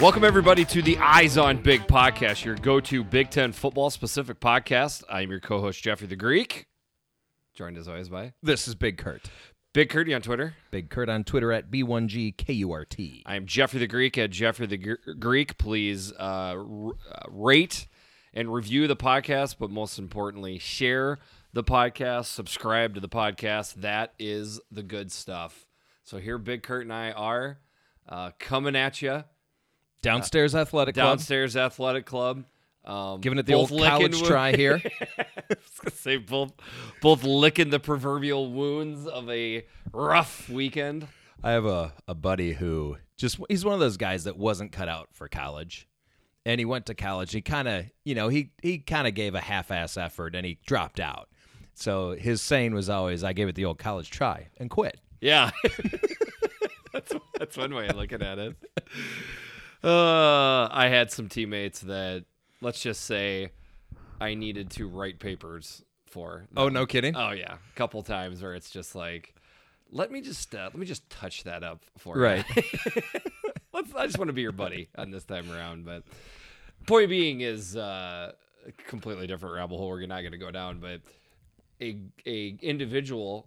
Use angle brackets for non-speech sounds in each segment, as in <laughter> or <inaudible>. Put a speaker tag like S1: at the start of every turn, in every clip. S1: Welcome, everybody, to the Eyes on Big podcast, your go to Big Ten football specific podcast. I'm your co host, Jeffrey the Greek, joined as always by
S2: This is Big Kurt.
S1: Big Curdy on Twitter.
S2: Big Kurt on Twitter at B1GKURT.
S1: I am Jeffrey the Greek at Jeffrey the Gr- Greek. Please uh, r- uh, rate and review the podcast, but most importantly, share the podcast, subscribe to the podcast. That is the good stuff. So here, Big Kurt and I are uh, coming at you
S2: Downstairs
S1: Uh,
S2: Athletic Club.
S1: downstairs athletic club. Um,
S2: Giving it the
S1: both
S2: old
S1: licking
S2: college
S1: wo-
S2: try
S1: <laughs>
S2: here.
S1: I was gonna say both, both licking the proverbial wounds of a rough weekend.
S2: I have a, a buddy who just, he's one of those guys that wasn't cut out for college. And he went to college. He kind of, you know, he, he kind of gave a half ass effort and he dropped out. So his saying was always, I gave it the old college try and quit.
S1: Yeah. <laughs> that's that's one way of looking at it. Uh, I had some teammates that let's just say I needed to write papers for.
S2: Oh, no kidding?
S1: Oh yeah, a couple times where it's just like let me just uh, let me just touch that up for you.
S2: right.
S1: <laughs> Let's, I just want to be your buddy on this time around, but point being is uh, a completely different rabbit hole. We're not going to go down, but a a individual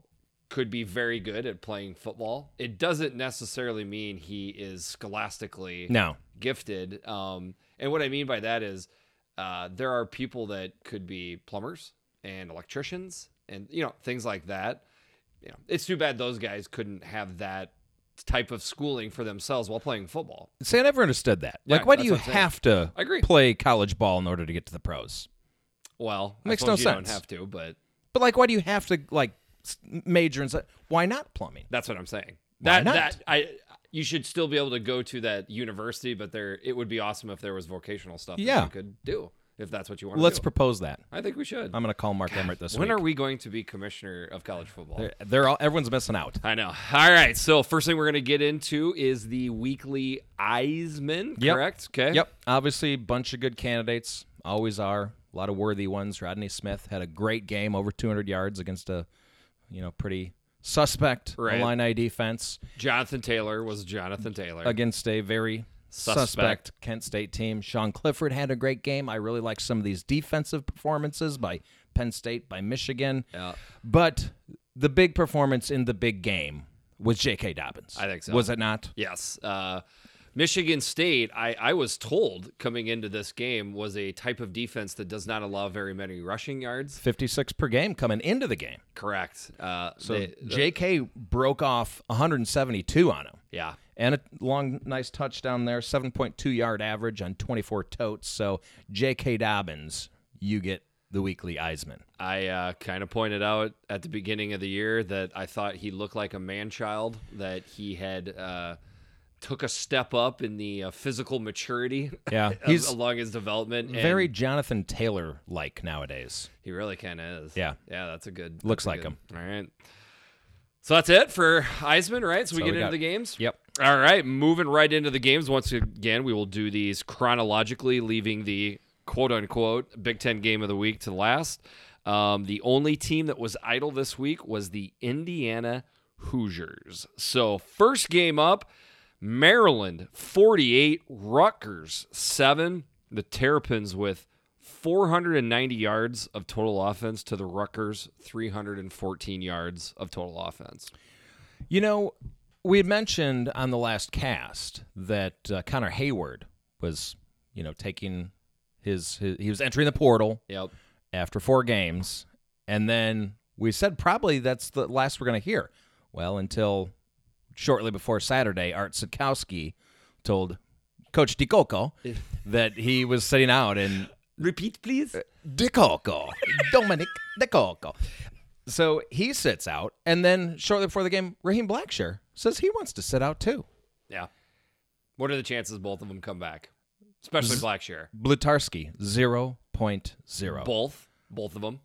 S1: could be very good at playing football. It doesn't necessarily mean he is scholastically
S2: no.
S1: gifted. Um, and what I mean by that is uh, there are people that could be plumbers and electricians and you know things like that. You know, it's too bad those guys couldn't have that type of schooling for themselves while playing football.
S2: See, I never understood that. Like,
S1: Yeah,
S2: why do
S1: that's
S2: you
S1: what I'm saying.
S2: have to
S1: I agree.
S2: play college ball in order to get to the pros?
S1: Well, I
S2: Makes no
S1: suppose you
S2: sense.
S1: Don't have to, but
S2: But like, why do you have to like s- major in? s- Why not plumbing?
S1: that's what I'm saying.
S2: Why
S1: That
S2: not?
S1: that I you should still be able to go to that university, but there it would be awesome if there was vocational stuff that
S2: Yeah.
S1: you could do if that's what you want.
S2: Let's
S1: do.
S2: propose that.
S1: I think we should.
S2: I'm gonna call Mark Emmert this
S1: when
S2: week.
S1: are we going to be commissioner of college football?
S2: They're- They're all everyone's missing out.
S1: I know. All right. So first thing we're gonna get into is the weekly Eisman,
S2: Yep.
S1: correct? Okay.
S2: Yep, obviously, bunch of good candidates. Always are a lot of worthy ones. Rodney Smith had a great game, over 200 yards against a, you know, pretty suspect
S1: Right.
S2: Illini defense
S1: Jonathan Taylor was Jonathan Taylor.
S2: against a very
S1: Suspect.
S2: suspect. Kent State team. Sean Clifford had a great game. I really like some of these defensive performances by Penn State, by Michigan.
S1: Yeah.
S2: But the big performance in the big game was J.K. Dobbins.
S1: I think so.
S2: Was it not?
S1: Yes. Uh, Michigan State, I, I was told coming into this game, was a type of defense that does not allow very many rushing yards.
S2: 56 per game coming into the game.
S1: Correct. Uh,
S2: So
S1: they-
S2: J.K. broke off 172 on him.
S1: yeah.
S2: And a long, nice touchdown there, 7.2 yard average on 24 totes. So J.K. Dobbins, you get the weekly Eisman.
S1: I uh, kind of pointed out at the beginning of the year that I thought he looked like a man child, that he had uh, took a step up in the uh, physical maturity.
S2: <laughs>
S1: <laughs>
S2: Yeah,
S1: of-
S2: he's-
S1: along his development. and
S2: Very Jonathan Taylor like nowadays.
S1: He really kind of is.
S2: Yeah.
S1: Yeah, that's a good.
S2: Looks
S1: that's a
S2: like
S1: good- All right. So that's it for Eisman, right? So we
S2: So
S1: get
S2: we
S1: into
S2: got-
S1: the games.
S2: Yep.
S1: All right, moving right into the games. Once again, we will do these chronologically, leaving the quote unquote Big Ten game of the week to last. Um, the only team that was idle this week was the Indiana Hoosiers. So, first game up Maryland 48, Rutgers 7. The Terrapins with 490 yards of total offense to the Rutgers 314 yards of total offense.
S2: You know, we had mentioned on the last cast that uh, Connor Hayward was, you know, taking his, his he was entering the portal
S1: Yep.
S2: after four games, and then we said probably that's the last we're going to hear. Well, until shortly before Saturday, Art Sikowski told Coach DiCocco that he was sitting out, and
S1: Repeat, please.
S2: DiCocco, Dominic DiCocco. So he sits out, and then shortly before the game, Raheem Blackshire says he wants to sit out too.
S1: Yeah. What are the chances both of them come back? Especially Blackshear.
S2: Blutarski, 0.0.
S1: Both. Both of them.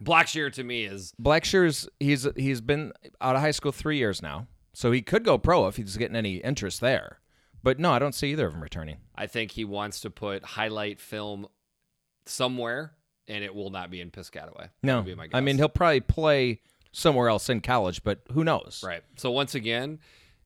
S1: Blackshear to me is
S2: Blackshear's he's he's been out of high school three years now, so he could go pro if he's getting any interest there. But no, I don't see either of them returning.
S1: I think he wants to put highlight film somewhere and it will not be in Piscataway.
S2: No,
S1: Would be my
S2: I mean
S1: guess.
S2: he'll probably play somewhere else in college, but who knows?
S1: Right. So once again,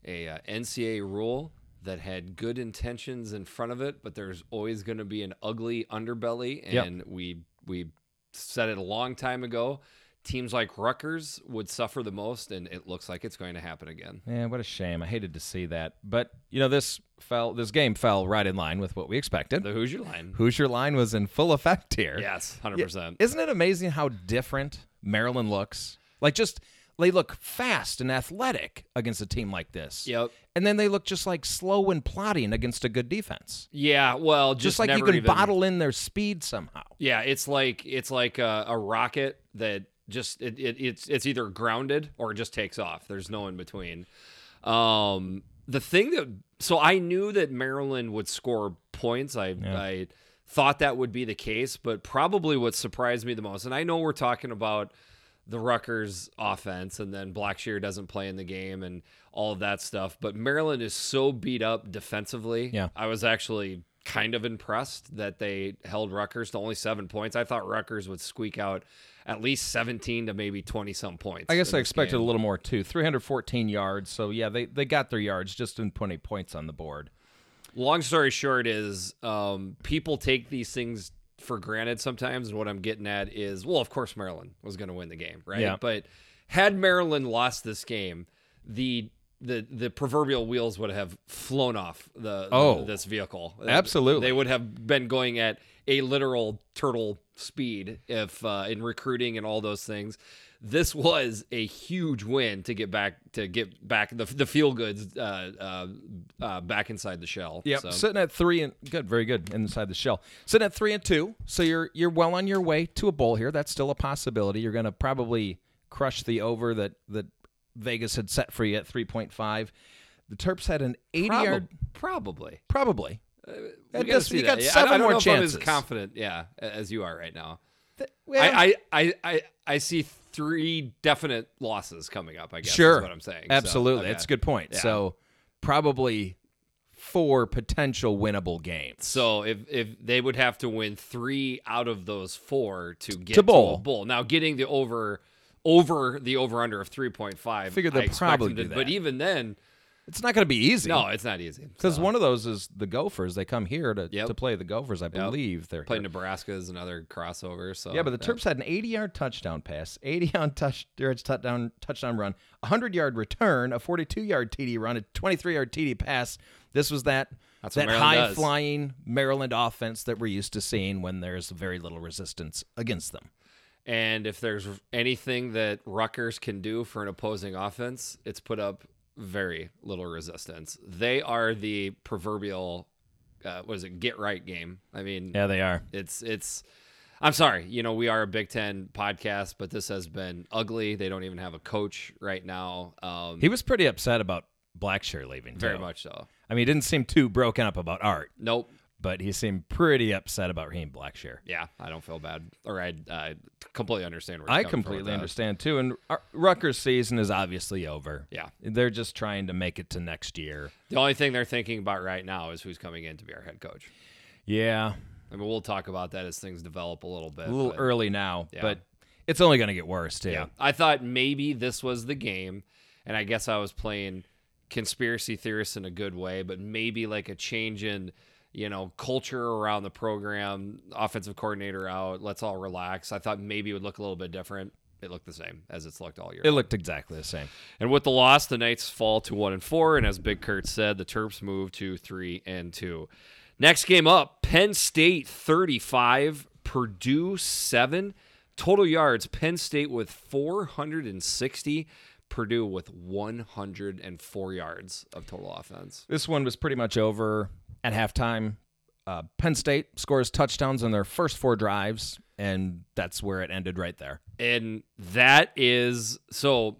S1: a uh, NCAA rule that had good intentions in front of it, but there's always going to be an ugly underbelly.
S2: Yep.
S1: And we we said it a long time ago. Teams like Rutgers would suffer the most, and it looks like it's going to happen again.
S2: Yeah, what a shame. I hated to see that. But you know, this fell this game fell right in line with what we expected.
S1: The Hoosier line,
S2: Hoosier line was in full effect here.
S1: yes, hundred
S2: Yeah,
S1: percent.
S2: Isn't it amazing how different Maryland looks? Like just they look fast and athletic against a team like this.
S1: Yep.
S2: And then they look just like slow and plodding against a good defense.
S1: Yeah, well,
S2: Just,
S1: just,
S2: like you
S1: never
S2: can
S1: even-
S2: bottle in their speed somehow.
S1: Yeah, it's like it's like a, a rocket that just it, it it's it's either grounded or it just takes off. There's no in between. Um, the thing that so I knew that Maryland would score points. I I thought that would be the case, but probably what surprised me the most, and I know we're talking about the Rutgers offense, and then Blackshear doesn't play in the game and all of that stuff. But Maryland is so beat up defensively.
S2: Yeah.
S1: I was actually kind of impressed that they held Rutgers to only seven points. I thought Rutgers would squeak out at least 17 to maybe 20 some points.
S2: I guess
S1: in
S2: I
S1: this
S2: expected
S1: game.
S2: a little more too. 314 yards. So yeah, they, they got their yards, just didn't put any points on the board.
S1: Long story short is um, people take these things for granted sometimes. And what I'm getting at is, well, of course, Maryland was going to win the game, right?
S2: Yeah.
S1: But had Maryland lost this game, the the, the proverbial wheels would have flown off the,
S2: Oh.
S1: this vehicle.
S2: Absolutely.
S1: They would have been going at a literal turtle speed if uh, in recruiting and all those things. This was a huge win to get back to get back the, the feel goods uh, uh, uh, back inside the shell.
S2: Yep.
S1: So,
S2: Sitting at three and good, very good inside the shell. Sitting at three and two, so you're you're well on your way to a bowl here. That's still a possibility. You're going to probably crush the over that that Vegas had set for you at three point five. The Terps had an eighty
S1: Prob-
S2: yard,
S1: probably.
S2: probably.
S1: uh, We
S2: At
S1: gotta
S2: this-
S1: see
S2: you
S1: that.
S2: got
S1: Yeah, I-
S2: seven
S1: I, don't
S2: more
S1: know if
S2: chances.
S1: I'm as confident, yeah, a- as you are right now.
S2: Th-
S1: I, I, I, I, I see three definite losses coming up. I guess
S2: sure,
S1: is what I'm saying. So,
S2: Absolutely,
S1: okay.
S2: that's a good point. So probably four potential winnable games.
S1: So if if they would have to win three out of those four to get
S2: To
S1: to,
S2: bowl.
S1: a bowl. Now getting the over over the over under of three point five.
S2: Figure they'll probably do that.
S1: But even then,
S2: It's not going to be easy.
S1: no, it's not easy.
S2: Because one of those is the Gophers. They come here to,
S1: Yep.
S2: to play the Gophers. I believe they're
S1: Play Nebraska is another crossover. So
S2: Yeah, but the Terps had an 80-yard touchdown pass, 80-yard <laughs> touch, yards touchdown touchdown run, a 100-yard return, a 42-yard TD run, a 23-yard TD pass. This was that
S1: That's what
S2: that
S1: Maryland does.
S2: high-flying Maryland offense that we're used to seeing when there's very little resistance against them.
S1: And if there's anything that Rutgers can do for an opposing offense, it's put up very little resistance. They are the proverbial, uh, what is it, get right game. I mean,
S2: Yeah, they are.
S1: It's it's. I'm sorry. You know, we are a Big Ten podcast, but this has been ugly. They don't even have a coach right now. Um,
S2: He was pretty upset about Blackshear leaving.
S1: very
S2: too.
S1: much so.
S2: I mean, he didn't seem too broken up about Art,
S1: Nope.
S2: but he seemed pretty upset about Raheem Blackshear.
S1: Yeah, I don't feel bad, or I, I completely understand where. he's coming
S2: I
S1: from with
S2: completely
S1: that.
S2: understand too, and Ar- Rutgers' season is obviously over.
S1: Yeah.
S2: they're just trying to make it to next year.
S1: The only thing they're thinking about right now is who's coming in to be our head coach.
S2: Yeah,
S1: I mean, we'll talk about that as things develop a little bit.
S2: a little
S1: but-
S2: early now, but it's only going to get worse too.
S1: Yeah. I thought maybe this was the game, and I guess I was playing conspiracy theorists in a good way, but maybe like a change in, you know, culture around the program, offensive coordinator out, let's all relax. I thought maybe it would look a little bit different. It looked the same as it's looked all year.
S2: It looked exactly the same.
S1: And with the loss, the Knights fall to one and four, and as Big Kurt said, the Terps move to three and two. Next game up, Penn State 35, Purdue 7. Total yards, Penn State with 460, Purdue with 104 yards of total offense.
S2: This one was pretty much over at halftime. Uh, Penn State scores touchdowns on their first four drives, and that's where it ended right there.
S1: And that is so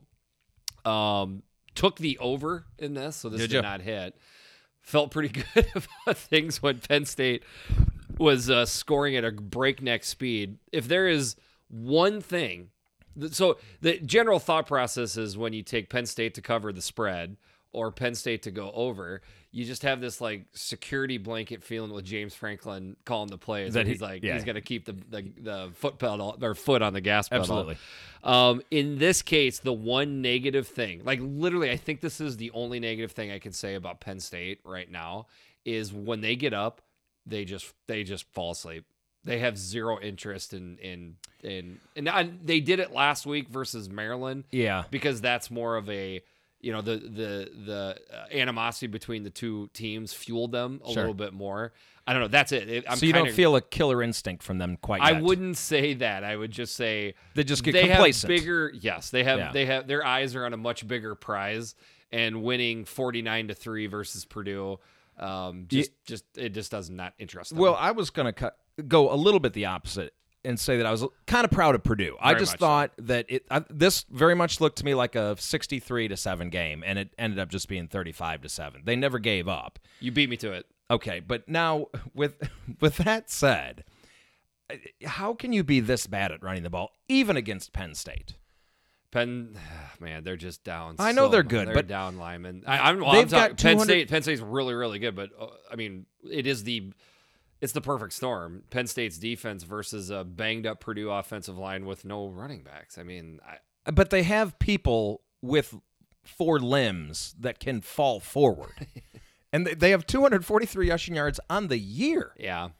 S1: um took the over in this, so this
S2: Did
S1: did,
S2: ya?
S1: not hit. Felt pretty <laughs> good about things when Penn State was uh, scoring at a breakneck speed. If there is one thing, th- so the general thought process is when you take Penn State to cover the spread or Penn State to go over. You just have this like security blanket feeling with James Franklin calling the plays.
S2: That
S1: and
S2: he-
S1: he's like
S2: yeah.
S1: he's going to keep the, the the foot pedal or foot on the gas pedal.
S2: Absolutely.
S1: Um, in this case, the one negative thing, like literally, I think this is the only negative thing I can say about Penn State right now is when they get up, they just they just fall asleep. They have zero interest in in in and I, they did it last week versus Maryland
S2: Yeah.
S1: because that's more of a you know the the the uh, animosity between the two teams fueled them a
S2: Sure.
S1: little bit more. I don't know. That's it. It- I'm
S2: so you
S1: kinda,
S2: don't feel a killer instinct from them quite
S1: I
S2: yet.
S1: wouldn't say that. I would just say
S2: They just get
S1: they
S2: complacent.
S1: have bigger yes they have
S2: Yeah.
S1: they have their eyes are on a much bigger prize and winning 49 to 3 versus purdue um just just it just does not interest them
S2: Well, I was going to cut, go a little bit the opposite and say that I was kind of proud of Purdue. I
S1: Very
S2: just
S1: much so.
S2: thought that it I, this very much looked to me like a 63 to 7 game and it ended up just being 35 to 7. They never gave up.
S1: you beat me to it
S2: Okay, but now <laughs> with with that said, how can you be this bad at running the ball even against Penn State?
S1: penn <sighs> man they're just down
S2: I know
S1: so
S2: they're
S1: much.
S2: good,
S1: they're
S2: but
S1: down lyman I, i'm, well,
S2: they've
S1: I'm talking-
S2: got
S1: penn
S2: 200
S1: state penn state's really really good but uh, i mean it is the it's the perfect storm penn state's defense versus a banged up purdue offensive line with no running backs i mean I,
S2: But they have people with four limbs that can
S1: <laughs>
S2: fall forward. and they- they have 243 rushing yards on the year.
S1: Yeah.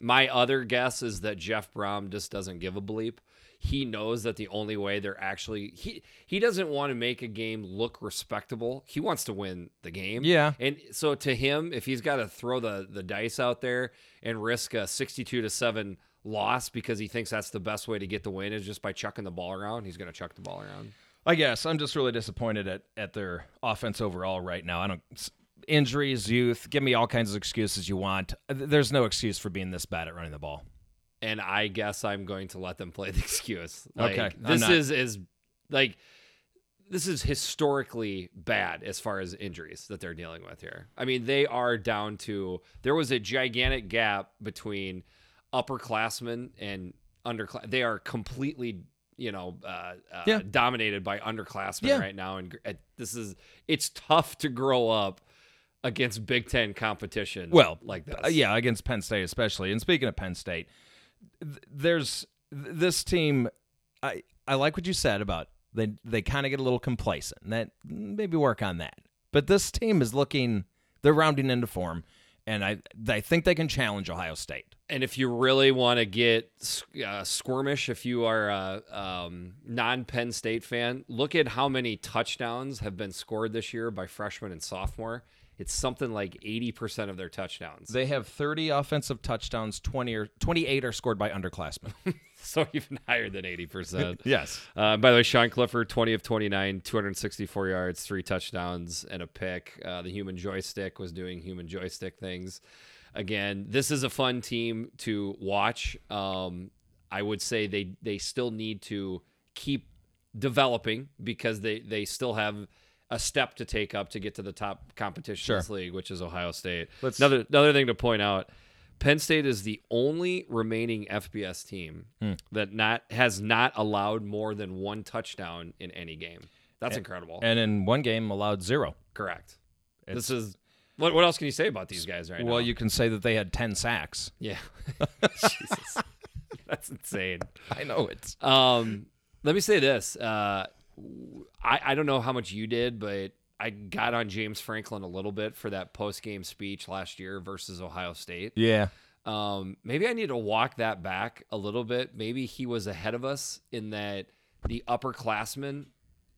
S1: My other guess is that Jeff Brom just doesn't give a bleep. He knows that the only way they're actually he he doesn't want to make a game look respectable. He wants to win the game.
S2: Yeah.
S1: And so to him, if he's got to throw the the dice out there and risk a 62 to 7 loss because he thinks that's the best way to get the win is just by chucking the ball around, he's going to chuck the ball around.
S2: I guess I'm just really disappointed at at their offense overall right now. I don't s- injuries, youth, give me all kinds of excuses you want. Th- There's no excuse for being this bad at running the ball.
S1: and I guess I'm going to let them play the <laughs> excuse. Like,
S2: Okay, I'm
S1: this
S2: not.
S1: is is like this is historically bad as far as injuries that they're dealing with here. I mean, they are down to there was a gigantic gap between upperclassmen and underclass. They are completely you know uh, uh,
S2: Yeah.
S1: dominated by underclassmen
S2: Yeah.
S1: right now, and gr- uh, this is it's tough to grow up against Big Ten competition.
S2: Well,
S1: like this,
S2: Uh, yeah, against Penn State especially. And speaking of Penn State, th- there's th- this team. I I like what you said about they they kind of get a little complacent. and That maybe work on that. But this team is looking. They're rounding into form, and I I think they can challenge Ohio State.
S1: And if you really want to get uh, squirmish, if you are a um, non Penn State fan, look at how many touchdowns have been scored this year by freshmen and sophomore. It's something like 80% of their touchdowns. <laughs>
S2: They have 30 offensive touchdowns, 20 or 28 are scored by underclassmen. <laughs>
S1: so even higher than 80%.
S2: yes.
S1: Uh, by the way, Sean Clifford, 20 of 29, 264 yards, three touchdowns, and a pick. Uh, the human joystick was doing human joystick things. Again, this is a fun team to watch. Um, I would say they, they still need to keep developing because they, they still have a step to take up to get to the top competition in this league, which is Ohio State.
S2: Let's-
S1: another, another thing to point out Penn State is the only remaining FBS team
S2: Hmm.
S1: that not has not allowed more than one touchdown in any game. That's incredible.
S2: And in one game, allowed zero.
S1: Correct. This is what. What else can you say about these guys right now?
S2: well, you can say that they had 10 sacks.
S1: yeah. <laughs>
S2: <laughs>
S1: Jesus, that's insane.
S2: I know it's.
S1: Um, let me say this. Uh, w- I I don't know how much you did, but I got on James Franklin a little bit for that post game speech last year versus Ohio State.
S2: Yeah.
S1: Um, maybe I need to walk that back a little bit. Maybe he was ahead of us in that the upperclassmen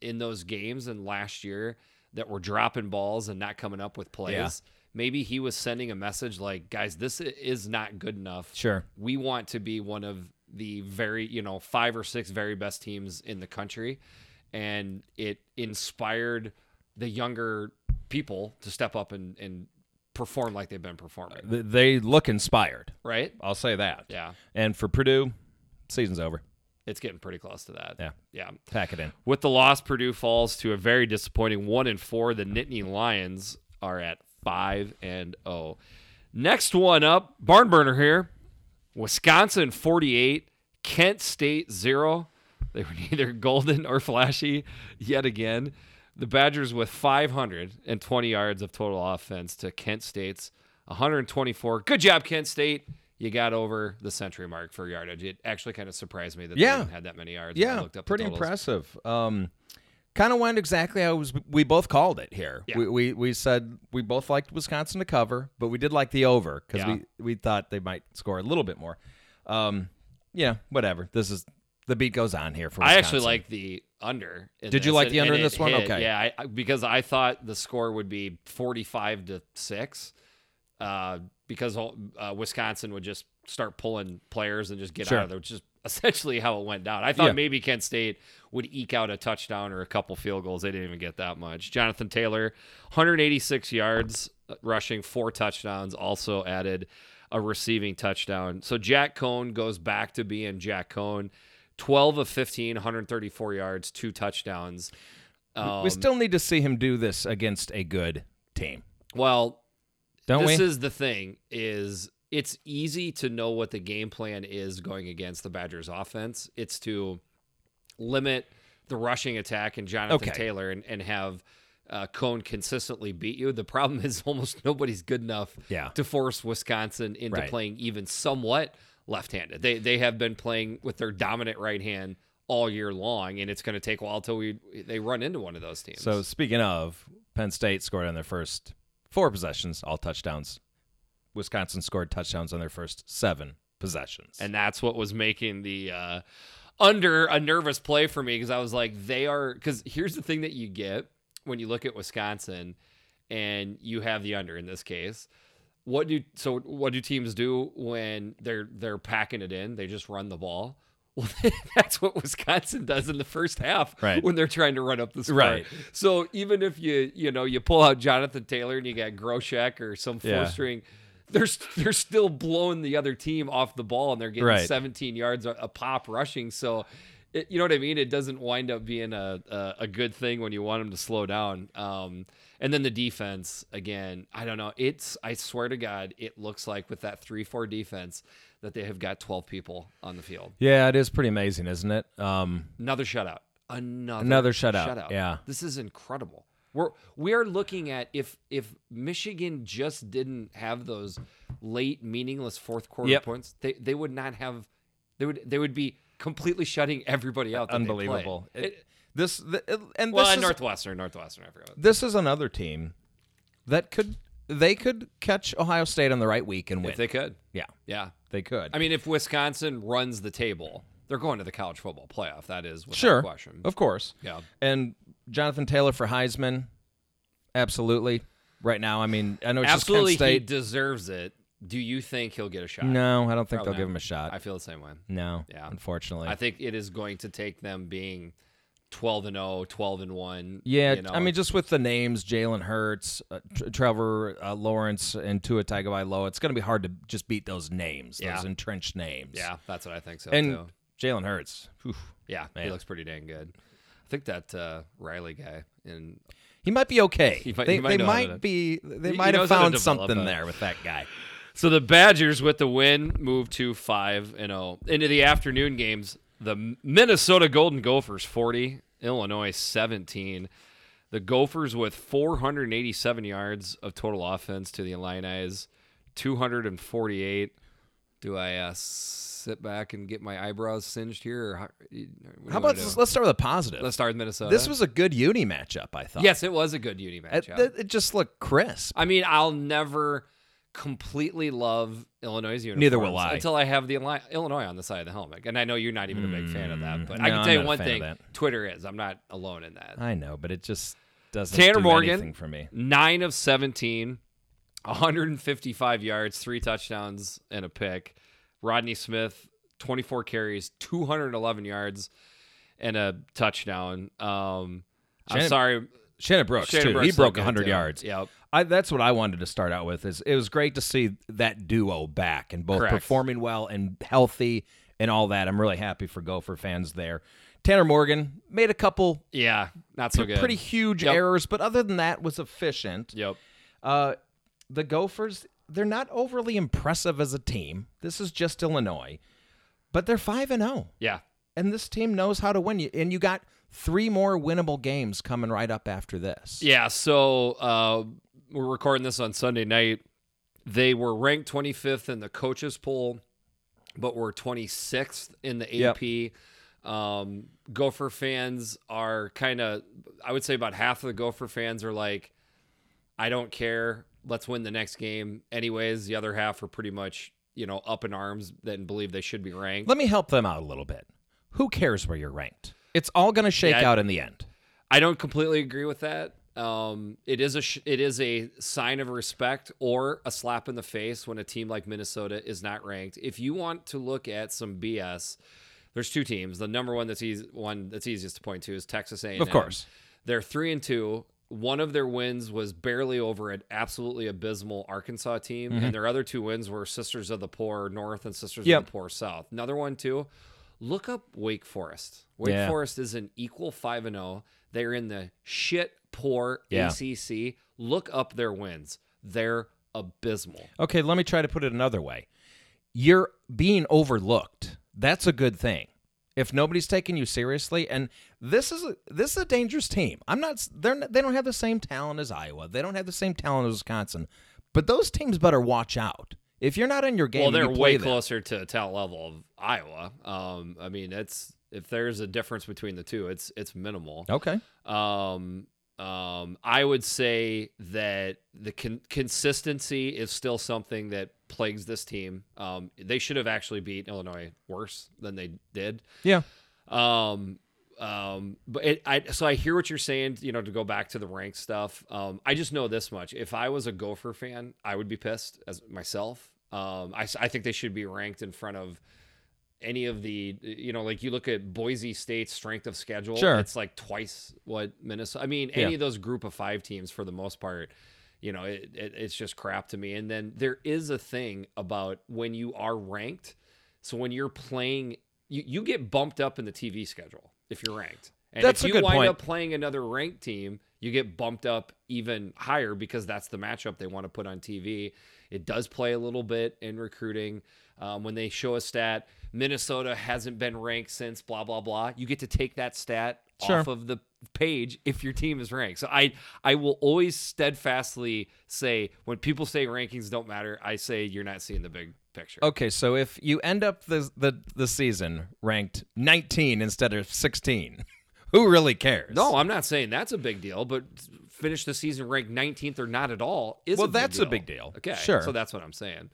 S1: in those games and last year that were dropping balls and not coming up with plays.
S2: Yeah.
S1: Maybe he was sending a message like, guys, this i- is not good enough.
S2: Sure.
S1: We want to be one of the very, you know, five or six very best teams in the country. And it inspired the younger people to step up and, and perform like they've been performing.
S2: Th- They look inspired.
S1: Right?
S2: I'll say that.
S1: Yeah.
S2: And for Purdue, season's over.
S1: it's getting pretty close to that.
S2: Yeah.
S1: Yeah.
S2: Pack it in.
S1: With the loss, Purdue falls to a very disappointing one and four. The Nittany Lions are at five and oh. Next one up, barn burner here. Wisconsin forty eight, <laughs> Kent State zero. They were neither golden or flashy yet again. The Badgers with 520 yards of total offense to Kent State's 124. Good job, Kent State. You got over the century mark for yardage. It actually kind of surprised me that
S2: Yeah.
S1: they didn't had that many yards. when I
S2: Yeah,
S1: looked up the
S2: pretty
S1: totals.
S2: impressive. Um, kind of went exactly how it was. We both called it here.
S1: Yeah.
S2: We, we we said we both liked Wisconsin to cover, but we did like the over because
S1: Yeah.
S2: we we thought they might score a little bit more. Um, yeah, whatever. This is the beat goes on here for.
S1: I actually
S2: Wisconsin.
S1: like the under. in
S2: Did you
S1: this,
S2: like
S1: and-
S2: the under
S1: and
S2: in this
S1: it
S2: one?
S1: hit.
S2: Okay.
S1: Yeah, I, I- because I thought the score would be forty-five to six, uh, because all- uh, Wisconsin would just start pulling players and just get
S2: Sure.
S1: out of there, which is <laughs> essentially how it went down. I thought
S2: Yeah.
S1: maybe Kent State would eke out a touchdown or a couple field goals. They didn't even get that much. Jonathan Taylor, 186 yards uh, rushing, four touchdowns, also added a receiving touchdown. So Jack Cohn goes back to being Jack Cohn. 12 of 15, 134 yards, two touchdowns. Um,
S2: we still need to see him do this against a good team,
S1: well,
S2: don't
S1: this
S2: we?
S1: is the thing is it's easy to know what the game plan is going against the Badgers offense. It's to limit the rushing attack and Jonathan
S2: Okay.
S1: Taylor and, and have uh, Cone consistently beat you. The problem is <laughs> almost nobody's good enough
S2: Yeah.
S1: to force Wisconsin into
S2: Right.
S1: playing even somewhat left-handed. They they have been playing with their dominant right hand all year long, and it's going to take a while till we they run into one of those teams.
S2: So speaking of, Penn State scored on their first four possessions, all touchdowns. Wisconsin scored touchdowns on their first seven possessions.
S1: and that's what was making the uh, under a nervous play for me because I was like, they are because here's the thing that you get when you look at Wisconsin and you have the under in this case. What do so? What do teams do when they're they're packing it in? They just run the ball. <laughs> Well, that's what Wisconsin does in the first half
S2: Right.
S1: when they're trying to run up the score.
S2: Right.
S1: So even if you you know you pull out Jonathan Taylor and you got Groshek or some four
S2: Yeah.
S1: string, they're st- <laughs> they're still blowing the other team off the ball and they're getting
S2: Right.
S1: 17 yards a, a pop rushing. So, it, you know what I mean? It doesn't wind up being a, a a good thing when you want them to slow down. Um, and then the defense again. I don't know. It's I swear to God, it looks like with that three four defense that they have got 12 people on the field.
S2: Yeah, it is pretty amazing, isn't it? Um,
S1: Another shutout. Another
S2: Another shutout, yeah.
S1: This is incredible. We're we are looking at if if Michigan just didn't have those late meaningless fourth quarter
S2: Yep.
S1: points, they they would not have they would they would be completely shutting everybody out. That they play.
S2: unbelievable.
S1: It-
S2: It- this th- it- and
S1: well,
S2: this
S1: and
S2: is,
S1: Northwestern, Northwestern, I forgot.
S2: this is another team that could they could catch Ohio State on the right week and win.
S1: If they could,
S2: yeah,
S1: yeah.
S2: they could.
S1: I mean, if Wisconsin runs the table, they're going to the college football playoff. That is without
S2: sure,
S1: question.
S2: of course.
S1: Yeah.
S2: and Jonathan Taylor for Heisman, absolutely. Right now, I mean, I know it's
S1: Absolutely,
S2: just Penn
S1: he
S2: State.
S1: deserves it. Do you think he'll get a shot?
S2: no, I don't think
S1: Probably
S2: they'll give
S1: not.
S2: him a shot.
S1: Oh, I feel the same way.
S2: no,
S1: Yeah.
S2: unfortunately.
S1: I think it is going to take them being 12 and 0, 12 and 1.
S2: yeah,
S1: you know.
S2: I mean, just with the names, Jalen Hurts, uh, Tr- Trevor uh, Lawrence, and Tua Tagovailoa, it's going to be hard to just beat those names,
S1: Yeah.
S2: those entrenched names.
S1: yeah, that's what I think so
S2: and
S1: too.
S2: Jalen Hurts. whew,
S1: Yeah, he
S2: man.
S1: looks pretty dang good. I think that uh, Riley guy in
S2: He might be okay.
S1: might-
S2: they
S1: he might
S2: they
S1: know how
S2: might
S1: to-
S2: be. They
S1: he
S2: might have
S1: knows how to
S2: found
S1: develop
S2: something
S1: a-
S2: there with that guy.
S1: So the Badgers with the win move to 5 and 0. Into the afternoon games, the Minnesota Golden Gophers 40, Illinois 17. The Gophers with 487 yards of total offense to the Illini's 248. Do I uh, sit back and get my eyebrows singed here? Or how, what do you
S2: How
S1: wanna
S2: about
S1: do?
S2: this, let's start with a positive.
S1: let's start with Minnesota?
S2: this was a good uni matchup, I thought.
S1: yes, it was a good uni matchup.
S2: It, it- it just looked crisp.
S1: I mean, I'll never completely love Illinois uniforms.
S2: Neither will I.
S1: until I have the Illi- Illinois on the side of the helmet. And I know you're not even a big fan of that, but I
S2: Mm, no,
S1: can
S2: I'm
S1: tell you
S2: not a
S1: one
S2: fan of
S1: thing:
S2: that.
S1: Twitter is. I'm not alone in that.
S2: I know, but it just doesn't
S1: Tanner
S2: do
S1: Morgan.
S2: anything for me.
S1: Nine of 17, 155 yards, three touchdowns, and a pick. Rodney Smith, 24 carries, 211 yards, and a touchdown. Um, I'm
S2: Shannon-
S1: sorry,
S2: Shannon Brooks,
S1: Shannon
S2: too.
S1: Brooks
S2: he
S1: still
S2: broke
S1: good,
S2: 100
S1: too.
S2: yards.
S1: Yep.
S2: I, that's what I wanted to start out with. Is it was great to see that duo back and both
S1: Correct.
S2: performing well and healthy and all that. I'm really happy for Gopher fans there. Tanner Morgan made a couple
S1: Yeah, not so good.
S2: pretty huge
S1: Yep.
S2: errors, but other than that, was efficient.
S1: Yep.
S2: Uh, the Gophers, they're not overly impressive as a team. This is just Illinois, but they're five and zero,
S1: Yeah.
S2: and this team knows how to win. You and you got Three more winnable games coming right up after this.
S1: Yeah, so uh, we're recording this on Sunday night. They were ranked 25th in the coaches poll, but were 26th in the AP. Um, Gopher fans are kind of, I would say about half of the Gopher fans are like, I don't care. Let's win the next game. Anyways, the other half are pretty much, you know, up in arms and believe they should be ranked.
S2: Let me help them out a little bit. Who cares where you're ranked? It's all going to shake
S1: Yeah.
S2: out in the end.
S1: I don't completely agree with that. Um, it is a sh- it is a sign of respect or a slap in the face when a team like Minnesota is not ranked. If you want to look at some BS, there's two teams. The number one that's easy, one that's easiest to point to is Texas A&M.
S2: Of course.
S1: they're three and two. One of their wins was barely over an absolutely abysmal Arkansas team, and their other two wins were Sisters of the Poor North and Sisters
S2: Mm-hmm. Yep.
S1: of the Poor South. Another one too. Look up Wake Forest. Wake
S2: Yeah.
S1: Forest is an equal five and zero. They're in the shit poor
S2: Yeah.
S1: ACC. Look up their wins. They're abysmal.
S2: Okay, let me try to put it another way. You're being overlooked. That's a good thing. If nobody's taking you seriously, and this is a, this is a dangerous team. I'm not. s- They're n- they don't have the same talent as Iowa. They don't have the same talent as Wisconsin. But those teams better watch out. If you're not in your game,
S1: well,
S2: and you
S1: they're
S2: play
S1: way
S2: them-
S1: closer to talent level of Iowa. Um, I mean, it's if there's a difference between the two, it's it's minimal.
S2: Okay.
S1: Um, um, I would say that the con- consistency is still something that plagues this team. Um, they should have actually beat Illinois worse than they did.
S2: Yeah.
S1: Um, um, but it, I so I hear what you're saying. You know, to go back to the rank stuff. Um, I just know this much: if I was a Gopher fan, I would be pissed as myself. Um, I s- I think they should be ranked in front of any of the you know like you look at Boise State's strength of schedule.
S2: Sure.
S1: it's like twice what Minnesota. I mean,
S2: Yeah.
S1: any of those group of five teams for the most part. You know, it, it, it's just crap to me. And then there is a thing about when you are ranked. So when you're playing, you, you get bumped up in the TV schedule if you're ranked. And
S2: That's a
S1: if you
S2: good
S1: wind
S2: point.
S1: up playing another ranked team, you get bumped up even higher because that's the matchup they want to put on TV. It does play a little bit in recruiting. Um, when they show a stat, Minnesota hasn't been ranked since blah blah blah. You get to take that stat
S2: Sure.
S1: off of the page if your team is ranked. So I I will always steadfastly say when people say rankings don't matter, I say you're not seeing the big picture.
S2: Okay, so if you end up the the, the season ranked 19 instead of 16, <laughs> who really cares?
S1: No, Oh, I'm not saying that's a big deal, but finish the season ranked 19th or not at all is
S2: Well,
S1: a big
S2: that's
S1: deal.
S2: a big deal.
S1: Okay,
S2: Sure.
S1: So that's what I'm saying.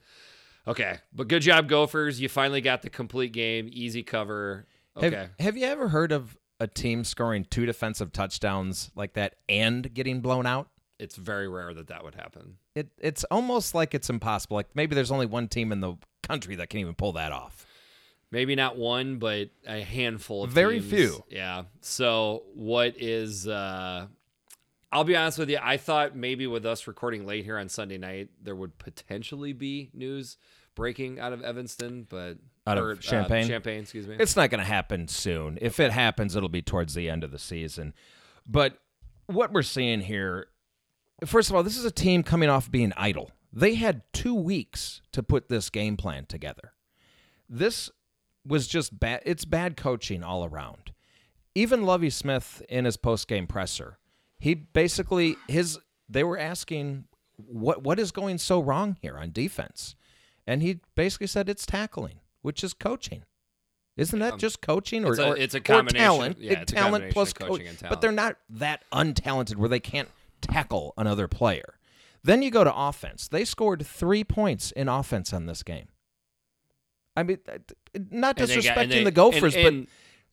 S1: Okay, but good job, Gophers. You finally got the complete game, easy cover. Okay,
S2: Have, have you ever heard of a team scoring two defensive touchdowns like that and getting blown out?
S1: it's very rare that that would happen.
S2: It it's almost like it's impossible. Like maybe there's only one team in the country that can even pull that off.
S1: Maybe not one, but a handful of
S2: Very
S1: teams.
S2: few.
S1: Yeah. So what is? uh I'll be honest with you. I thought maybe with us recording late here on Sunday night, there would potentially be news breaking out of Evanston, but
S2: Out of
S1: or, uh,
S2: Champaign?
S1: Champaign, excuse me.
S2: It's not going to happen soon. If it happens, it'll be towards the end of the season. But what we're seeing here, first of all, this is a team coming off being idle. They had two weeks to put this game plan together. This was just bad. It's bad coaching all around. Even Lovey Smith in his post-game presser, he basically his they were asking what what is going so wrong here on defense, and he basically said it's tackling, which is coaching. Isn't that just coaching or
S1: Um, it's a-
S2: or-
S1: it's a
S2: or
S1: combination-
S2: talent,
S1: yeah, it's a
S2: talent
S1: combination
S2: plus
S1: of coaching
S2: coach-
S1: and
S2: But they're not that untalented where they can't tackle another player. Then you go to offense. They scored three points in offense on this game. I mean, th- th- not
S1: And they
S2: disrespecting
S1: got- and they-
S2: the Gophers,
S1: and- and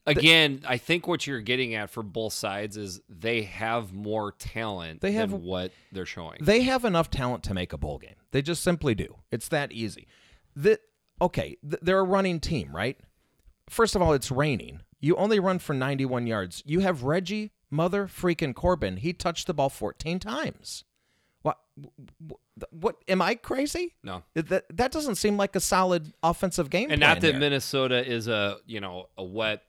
S1: again, I think what you're getting at for both sides is they have more talent.
S2: They have-
S1: than what they're showing.
S2: but they have enough talent to make a bowl game. They just simply do. It's that easy. The, okay, th- they're a running team, right? First of all, it's raining. You only run for 91 yards. You have Reggie Mother freaking Corbin. He touched the ball 14 times. What? What? what am I crazy?
S1: no,
S2: That that doesn't seem like a solid offensive game.
S1: and
S2: plan
S1: not that
S2: here.
S1: Minnesota is a you know a wet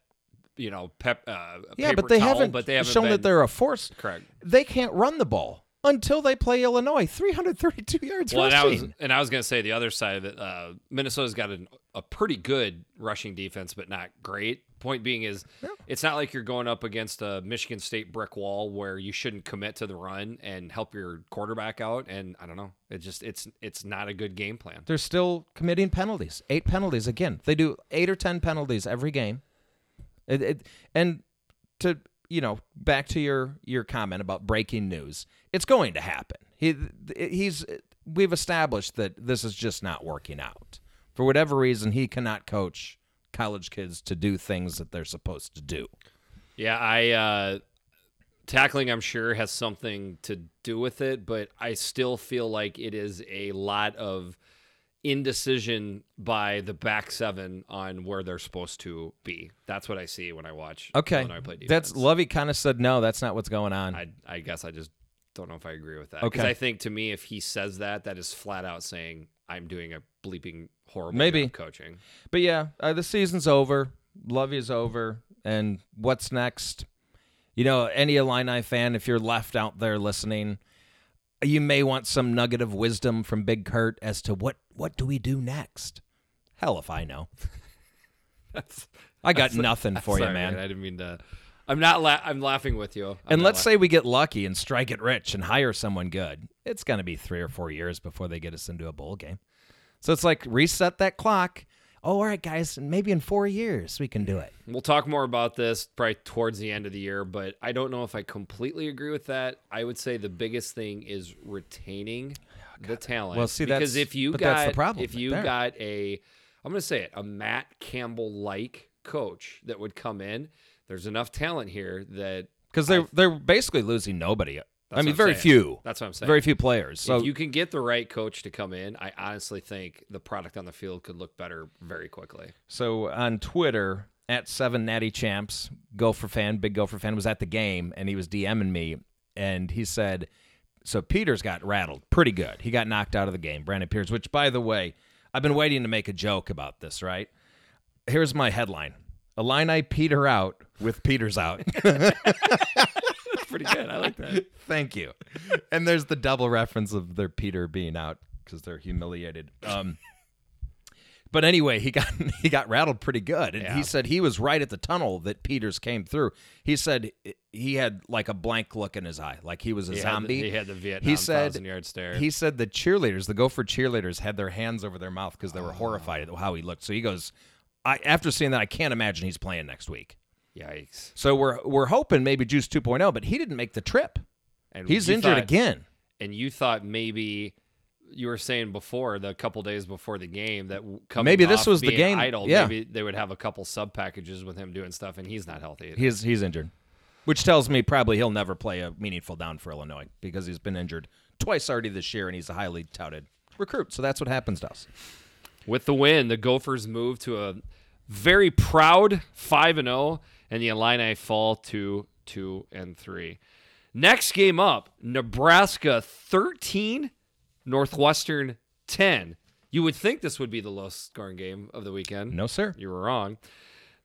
S1: you know pep. Uh,
S2: Yeah,
S1: paper
S2: but they
S1: towel,
S2: haven't,
S1: But they haven't
S2: shown
S1: been-
S2: that they're a force.
S1: correct.
S2: They can't run the ball until they play Illinois. 332 yards
S1: Well, and I was
S2: rushing.
S1: and I was going to say the other side of it. Uh, Minnesota's got an, a pretty good rushing defense, but not great. Point being is, it's not like you're going up against a Michigan State brick wall where you shouldn't commit to the run and help your quarterback out. And I don't know, it just it's it's not a good game plan.
S2: They're still committing penalties. Eight penalties again. They do eight or ten penalties every game. It, it, and to you know, back to your your comment about breaking news, it's going to happen. He he's we've established that this is just not working out for whatever reason. He cannot coach college kids to do things that they're supposed to do.
S1: Yeah, I uh, tackling I'm sure has something to do with it, but I still feel like it is a lot of indecision by the back seven on where they're supposed to be. That's what I see when I watch.
S2: Okay,
S1: Illinois play defense.
S2: that's Lovey kind of said no. That's not what's going on.
S1: I I guess I just don't know if I agree with that. Because
S2: Okay.
S1: I think to me, if he says that, that is flat out saying I'm doing a bleeping horrible
S2: Maybe.
S1: job coaching. <laughs>
S2: But yeah, uh, the season's over. Love is over. And what's next? You know, any Illini fan, if you're left out there listening, you may want some nugget of wisdom from Big Kurt as to what what do we do next. Hell if I know.
S1: That's
S2: I got nothing for
S1: sorry,
S2: you, man.
S1: I didn't mean to. I'm not. La- I'm laughing with you. I'm
S2: and
S1: not
S2: let's
S1: la-
S2: say we get lucky and strike it rich and hire someone good. It's going to be three or four years before they get us into a bowl game. So it's like reset that clock. Oh, all right, guys, maybe in four years we can do it.
S1: We'll talk more about this probably towards the end of the year, but I don't know if I completely agree with that. I would say the biggest thing is retaining the talent.
S2: Well, see,
S1: because
S2: that's-
S1: if you
S2: but
S1: got
S2: that's the problem
S1: if
S2: right
S1: you
S2: there.
S1: got a, I'm going to say it, a Matt Campbell like coach that would come in. There's enough talent here that
S2: because they're they're basically losing nobody. I
S1: what
S2: mean,
S1: I'm
S2: very
S1: saying.
S2: few,
S1: that's what I'm saying.
S2: very few players. So
S1: if you can get the right coach to come in, I honestly think the product on the field could look better very quickly.
S2: so on Twitter at seven natty champs, Gopher fan, big Gopher fan was at the game and he was DMing me and he said, so Peters got rattled pretty good. He got knocked out of the game. Brandon Peters, which by the way, I've been waiting to make a joke about this. Right here's my headline: Illini Peter out with Peters out. <laughs>
S1: Pretty good. I like that.
S2: Thank you. And there's the double reference of their Peter being out because they're humiliated. Um, but anyway, he got <laughs> he got rattled pretty good, and
S1: Yeah.
S2: he said he was right at the tunnel that Peters came through. He said he had like a blank look in his eye, like he was
S1: <laughs>
S2: a
S1: He had the-
S2: zombie.
S1: he had the Vietnam
S2: He said-
S1: thousand yard stare.
S2: He said the cheerleaders, the Gopher cheerleaders, had their hands over their mouth because they were horrified at how he looked. So he goes, I, after seeing that, I can't imagine he's playing next week.
S1: Yikes.
S2: So we're we're hoping maybe Juice 2.0, but he didn't make the trip.
S1: And
S2: He's
S1: you
S2: injured
S1: thought-
S2: again.
S1: And you thought maybe you were saying before the couple days before the game that w- coming
S2: Maybe this
S1: off
S2: was the
S1: being
S2: game,
S1: Idle,
S2: yeah.
S1: maybe they would have a couple sub packages with him doing stuff, and he's not healthy. Either.
S2: He's he's injured, which tells me probably he'll never play a meaningful down for Illinois because he's been injured twice already this year, and he's a highly touted recruit. So that's what happens to us.
S1: With the win, the Gophers move to a very proud five and zero, and the Illini fall to two and three. Next game up, Nebraska thirteen, Northwestern ten. You would think this would be the lowest scoring game of the weekend.
S2: No sir.
S1: You were wrong.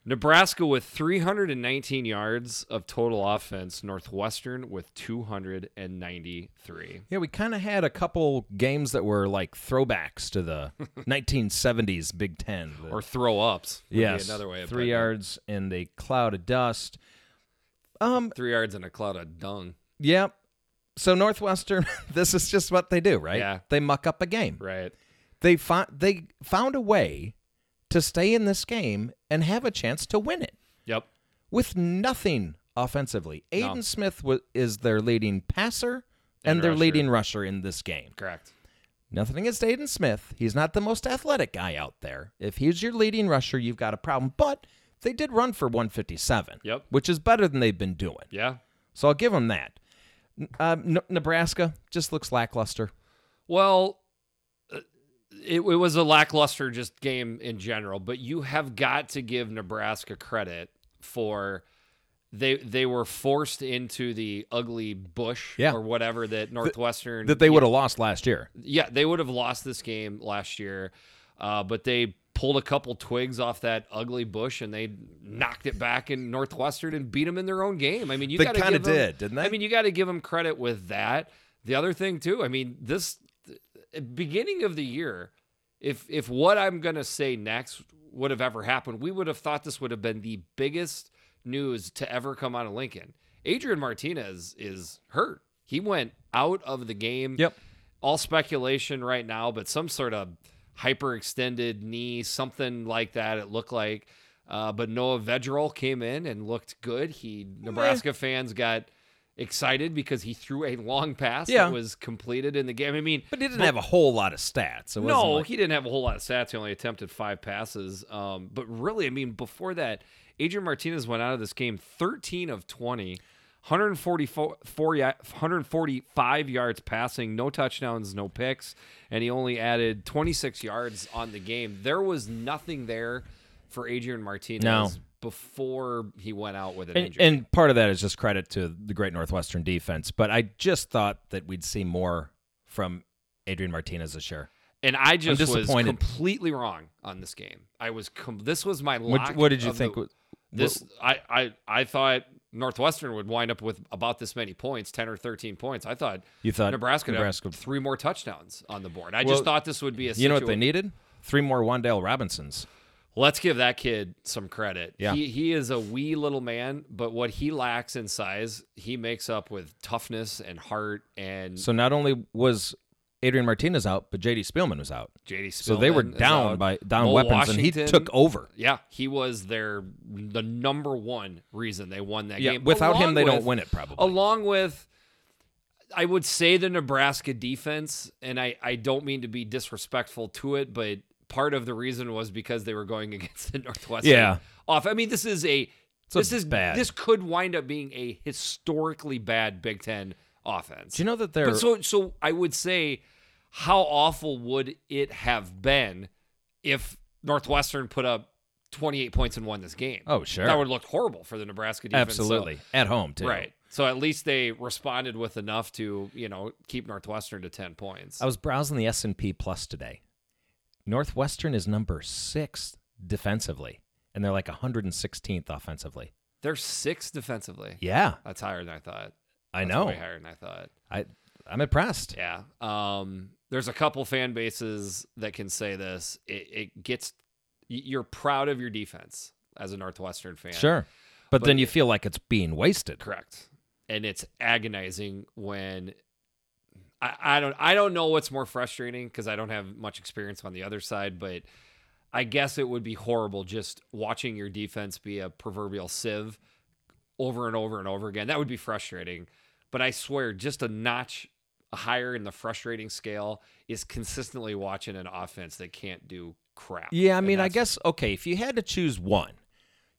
S1: Nebraska with 319 yards of total offense, Northwestern with 293.
S2: Yeah, we kind of had a couple games that were like throwbacks
S1: <laughs>
S2: to the 1970s Big Ten. The-
S1: Or throw ups. would be
S2: yes,
S1: Another way of
S2: three
S1: putting it.
S2: yards in the cloud of dust. Um,
S1: Three yards and a cloud of dung.
S2: yeah. So Northwestern, <laughs> this is just what they do, right?
S1: Yeah.
S2: They muck up a game.
S1: Right.
S2: they found they found a way to stay in this game and have a chance to win it
S1: Yep.
S2: with nothing offensively. Aiden Smith wa is their leading passer and,
S1: And
S2: their
S1: rusher.
S2: leading rusher in this game.
S1: Correct.
S2: Nothing against Aiden Smith. He's not the most athletic guy out there. If he's your leading rusher, you've got a problem. But they did run for 157,
S1: Yep.
S2: which is better than they've been doing.
S1: Yeah.
S2: So I'll give them that. N- Um, N- Nebraska just looks lackluster.
S1: Well, uh, it, it was a lackluster just game in general, but you have got to give Nebraska credit for they they were forced into the ugly bush
S2: Yeah.
S1: or whatever that Northwestern
S2: That they would have lost last year.
S1: yeah, they would have lost this game last year, uh, but they pulled a couple twigs off that ugly bush and they knocked it back in Northwestern and beat them in their own game. I mean, you
S2: They
S1: got to
S2: kinda
S1: give 'em-
S2: did, didn't they?
S1: I mean, you got to give them credit with that. The other thing too, I mean, this th- beginning of the year, if if what I'm gonna say next would have ever happened. We would have thought this would have been the biggest news to ever come out of Lincoln. Adrian Martinez is hurt. He went out of the game.
S2: Yep.
S1: All speculation right now, but some sort of hyperextended knee, something like that, it looked like. Uh, but Noah Vedral came in and looked good. He Nebraska fans got excited because he threw a long pass
S2: Yeah.
S1: that was completed in the game. I mean,
S2: But he didn't have a whole lot of stats. It wasn't
S1: no,
S2: like-
S1: he didn't have a whole lot of stats. He only attempted five passes. Um, but really, I mean, before that, Adrian Martinez went out of this game 13 of 20, 144, 40 145 yards passing, no touchdowns, no picks, and he only added 26 yards on the game. There was nothing there for Adrian Martinez
S2: No.
S1: before he went out with an
S2: and,
S1: injury.
S2: and part of that is just credit to the great Northwestern defense. But I just thought that we'd see more from Adrian Martinez this year.
S1: And I just was
S2: disappointed.
S1: completely wrong on this game. I was com- this was my lock.
S2: What, what did you
S1: of the-
S2: think? was
S1: this I, I I thought Northwestern would wind up with about this many points, ten or thirteen points. I thought
S2: you thought
S1: Nebraska,
S2: Nebraska.
S1: Nebraska. three more touchdowns on the board. I
S2: Well,
S1: just thought this would be a
S2: You know what they
S1: situa-
S2: needed? Three more Wandale Robinsons.
S1: Let's give that kid some credit.
S2: Yeah.
S1: He he is a wee little man, but what he lacks in size, he makes up with toughness and heart and
S2: So not only was Adrian Martinez out, but JD Spielman was out.
S1: JD Spillman.
S2: So they were
S1: is
S2: down
S1: out.
S2: by down
S1: Mo
S2: weapons, and he
S1: Washington-
S2: took over.
S1: Yeah, he was their the number one reason they won that
S2: Yeah,
S1: game.
S2: without him,
S1: Along
S2: they don't
S1: with- Oh,
S2: win it. Probably.
S1: along with I would say the Nebraska defense, and I, I don't mean to be disrespectful to it, but part of the reason was because they were going <laughs> against the Northwestern
S2: Yeah.
S1: off. I mean, this is a
S2: a
S1: this is
S2: bad-
S1: this could wind up being a historically bad Big Ten offense.
S2: Do you know that they're
S1: But so so I would say how awful would it have been if Northwestern put up 28 points and won this game?
S2: Oh, sure.
S1: That would have looked horrible for the Nebraska defense. so-
S2: absolutely at home too?
S1: Right. So at least they responded with enough to, you know, keep Northwestern to 10 points.
S2: I was browsing the S and P Plus today. Northwestern is number sixth defensively, and they're like 116th offensively.
S1: They're six defensively.
S2: Yeah,
S1: That's higher than I thought.
S2: I
S1: That's
S2: know.
S1: Way higher than I thought.
S2: I I'm impressed.
S1: Yeah. Um, there's a couple fan bases that can say this. It, it gets, y- you're proud of your defense as a Northwestern fan.
S2: Sure, but,
S1: But-
S2: then you feel like it's being wasted.
S1: Correct. And it's agonizing when I, I don't I don't know what's more frustrating because I don't have much experience on the other side, but I guess it would be horrible just watching your defense be a proverbial sieve over and over and over again. That would be frustrating. But I swear, just a notch higher in the frustrating scale is consistently watching an offense that can't do crap.
S2: Yeah, I
S1: And
S2: mean, I
S1: that's-
S2: guess okay. If you had to choose one,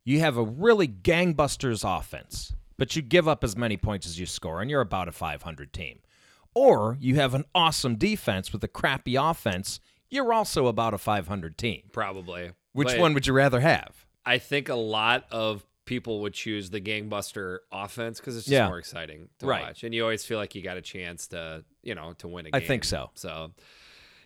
S2: you have a really gangbusters offense, but you give up as many points as you score, and you're about a 500 team. Or you have an awesome defense with a crappy offense. You're also about a 500 team.
S1: probably.
S2: Which
S1: But-
S2: one would you rather have?
S1: I think a lot of people would choose the gangbuster offense because it's just
S2: Yeah.
S1: more exciting to
S2: Right.
S1: watch, and you always feel like you got a chance to, you know, to win a
S2: I
S1: game.
S2: think so.
S1: So,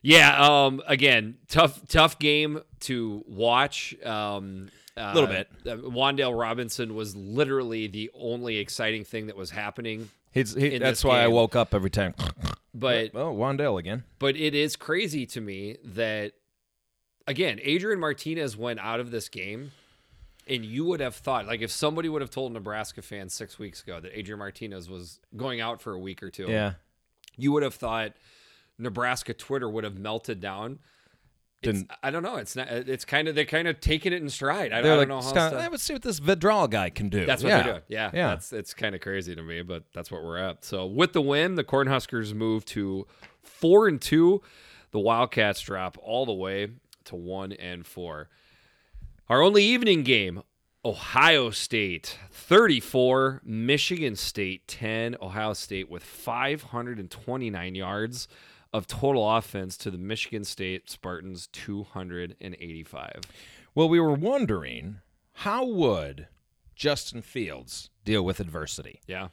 S1: yeah. Um. Again, tough, tough game to watch. Um. A
S2: Little bit.
S1: Wandale Robinson was literally the only exciting thing that was happening,
S2: He's, he,
S1: In
S2: that's
S1: this
S2: why I
S1: game.
S2: woke up every time.
S1: but
S2: oh, Wandale again.
S1: but it is crazy to me that again, Adrian Martinez went out of this game and you would have thought like if somebody would have told Nebraska fans 6 weeks ago that Adrian Martinez was going out for a week or two,
S2: Yeah.
S1: you would have thought Nebraska Twitter would have melted down. It's,
S2: Didn't-
S1: I don't know. It's not. It's kind of they're kind of taking it in stride. I, I
S2: They're
S1: don't
S2: like,
S1: know how.
S2: "Scott,
S1: else to-
S2: let's see what this Vidral guy can do.
S1: that's what
S2: yeah.
S1: they're doing. Yeah,
S2: Yeah.
S1: That's it's kind of crazy to me, but that's what we're at. So with the win, the Cornhuskers move to four and two. The Wildcats drop all the way to one and four. Our only evening game, Ohio State 34, Michigan State 10, Ohio State with 529 yards of total offense to the Michigan State Spartans 285.
S2: Well, we were wondering how would Justin Fields deal with adversity?
S1: Yeah,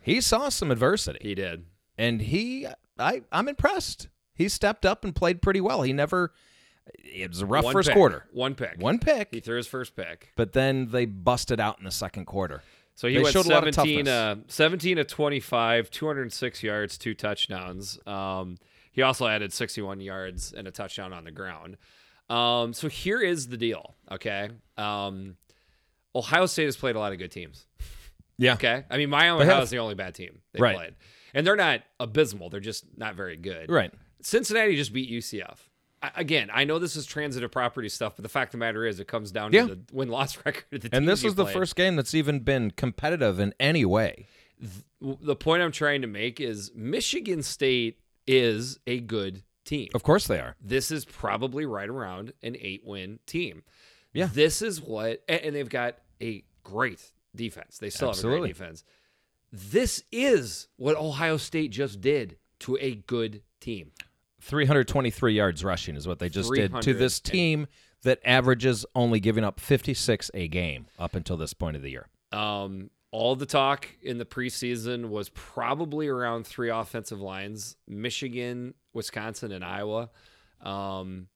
S2: He saw some adversity,
S1: he did.
S2: and he, I, I'm impressed. He stepped up and played pretty well. He never, it was a rough
S1: One
S2: first
S1: pick.
S2: quarter,
S1: One pick.
S2: one
S1: He
S2: pick,
S1: threw his first pick.
S2: but then they busted out in the second quarter.
S1: So he
S2: They
S1: went
S2: showed a lot of
S1: 17, uh,
S2: toughness.
S1: 17 to 25, 206 yards, two touchdowns. Um, he also added 61 yards and a touchdown on the ground. Um, so here is the deal. Okay. Um, Ohio State has played a lot of good teams.
S2: Yeah.
S1: Okay. I mean, Miami
S2: They
S1: Ohio
S2: have.
S1: is the only bad team they
S2: Right.
S1: played, and they're not abysmal. They're just not very good.
S2: Right.
S1: Cincinnati just beat UCF. I, again, I know this is transitive property stuff, but the fact of the matter is, it comes down
S2: Yeah.
S1: to the win loss <laughs> record. Of the
S2: And
S1: teams
S2: this
S1: you
S2: is the
S1: played.
S2: first game that's even been competitive in any way.
S1: W- The point I'm trying to make is Michigan State is a good team.
S2: Of course they are.
S1: this is probably right around an eight win team.
S2: Yeah.
S1: This is what, a- and they've got a great defense. They still have a
S2: Absolutely.
S1: great defense. This is what Ohio State just did to a good team.
S2: 323 yards rushing is what they just did to
S1: 300
S2: this team that averages only giving up 56 a game up until this point of the year.
S1: Um, all the talk in the preseason was probably around three offensive lines Michigan, Wisconsin, and Iowa. Um,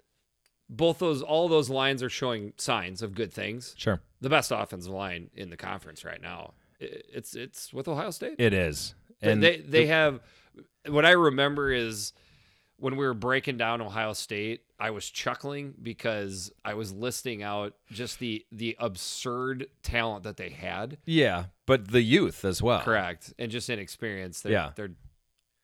S1: both those, all those lines are showing signs of good things.
S2: Sure.
S1: the best offensive line in the conference right now. I- It's it's with Ohio State.
S2: It is.
S1: And they they have what I remember is when we were breaking down Ohio State, I was chuckling because I was listing out just the the absurd talent that they had.
S2: yeah, but the youth as well.
S1: Correct. And just inexperience. They're,
S2: Yeah.
S1: They're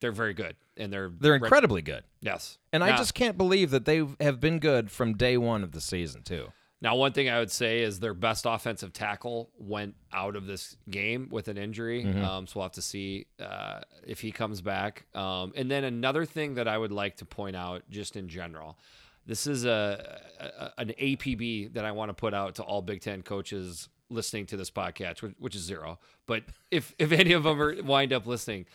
S1: they're very good. And they're
S2: They're
S1: rep-
S2: incredibly good.
S1: Yes.
S2: And
S1: Now-
S2: I just can't believe that they have been good from day one of the season, too.
S1: Now, one thing I would say is their best offensive tackle went out of this game with an injury. Um, so we'll have to see uh, if he comes back. Um, and then another thing that I would like to point out, just in general, this is a, a an APB that I want to put out to all Big Ten coaches listening to this podcast, which, which is zero. But if if any of them are, wind up listening,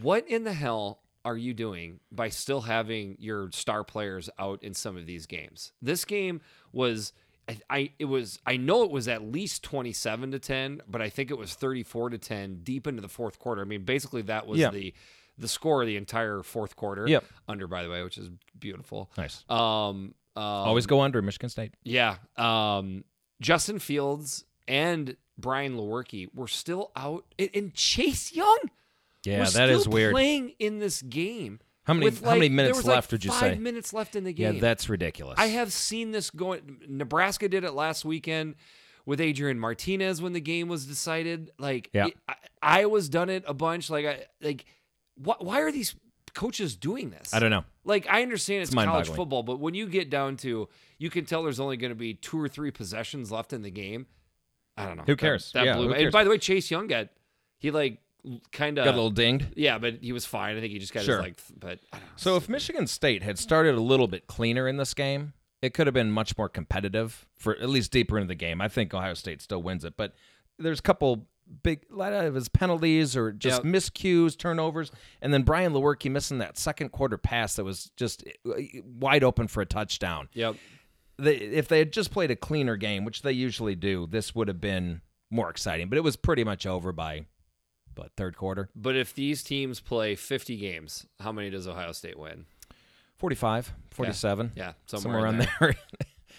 S1: what in the hell are you doing by still having your star players out in some of these games? This game was I, I it was I know it was at least 27 to 10, but I think it was 34 to 10 deep into the fourth quarter. I mean, basically that was
S2: Yeah.
S1: the the score of the entire fourth quarter.
S2: Yep.
S1: Under by the way, which is beautiful.
S2: Nice.
S1: Um, um
S2: Always go under Michigan State.
S1: yeah. Um, Justin Fields and Brian Lewerke were still out and- and Chase Young
S2: Yeah,
S1: was
S2: that
S1: still
S2: is weird.
S1: Playing in this game.
S2: How many-
S1: with,
S2: how many
S1: like- there
S2: minutes
S1: was, like,
S2: left would you
S1: five
S2: say?
S1: minutes left in the
S2: yeah,
S1: game.
S2: that's ridiculous.
S1: I have seen this going. Nebraska did it last weekend with Adrian Martinez when the game was decided. Like,
S2: Yeah.
S1: it, I, Iowa's done it a bunch. Like, I like. Wh- why are these coaches doing this?
S2: I don't know.
S1: Like I understand it's, college
S2: mind-boggling.
S1: football, but when you get down to, you can tell there's only going to be two or three possessions left in the game. I don't know.
S2: Who
S1: That-
S2: cares?
S1: That,
S2: Yeah,
S1: blew
S2: who
S1: me. And
S2: cares?
S1: by the way, Chase Young got he like kind
S2: Got a
S1: of
S2: little dinged.
S1: yeah, but he was fine. I think he just got
S2: Sure.
S1: his like, th- but I don't know.
S2: So if Michigan State had started a little bit cleaner in this game, it could have been much more competitive for at least deeper into the game. I think Ohio State still wins it, but there's a couple big a lot of his penalties or just
S1: Yep.
S2: miscues, turnovers, and then Brian Lewerke missing that second quarter pass that was just uh, wide open for a touchdown.
S1: yep,
S2: They, if they had just played a cleaner game, which they usually do, this would have been more exciting. But it was pretty much over by, but third quarter,
S1: but if these teams play 50 games, how many does Ohio State win?
S2: 45, 47,
S1: Yeah,
S2: somewhere,
S1: in
S2: around
S1: there.
S2: there. <laughs>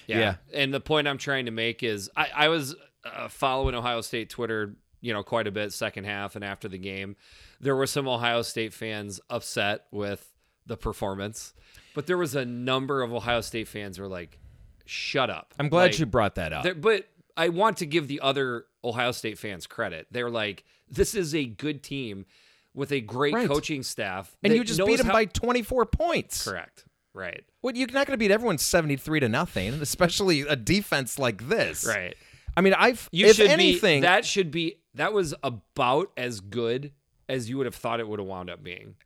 S1: Yeah. And the point I'm trying to make is I, I was uh, following Ohio State Twitter, you know, quite a bit second half and after the game. There were some Ohio State fans upset with the performance, but there was a number of Ohio State fans who were like, shut up.
S2: I'm glad
S1: Like,
S2: you brought that up.
S1: there- But I want to give the other Ohio State fans credit. They're like, this is a good team with a great
S2: Right.
S1: coaching staff.
S2: and
S1: that
S2: you just
S1: knows
S2: beat them
S1: how-
S2: by 24 points.
S1: Correct. Right.
S2: What you're not going to beat everyone 73 to nothing, especially a defense like this.
S1: Right.
S2: I mean, I've
S1: You
S2: if
S1: should
S2: anything,
S1: be, that should be that was about as good as you would have thought it would have wound up being.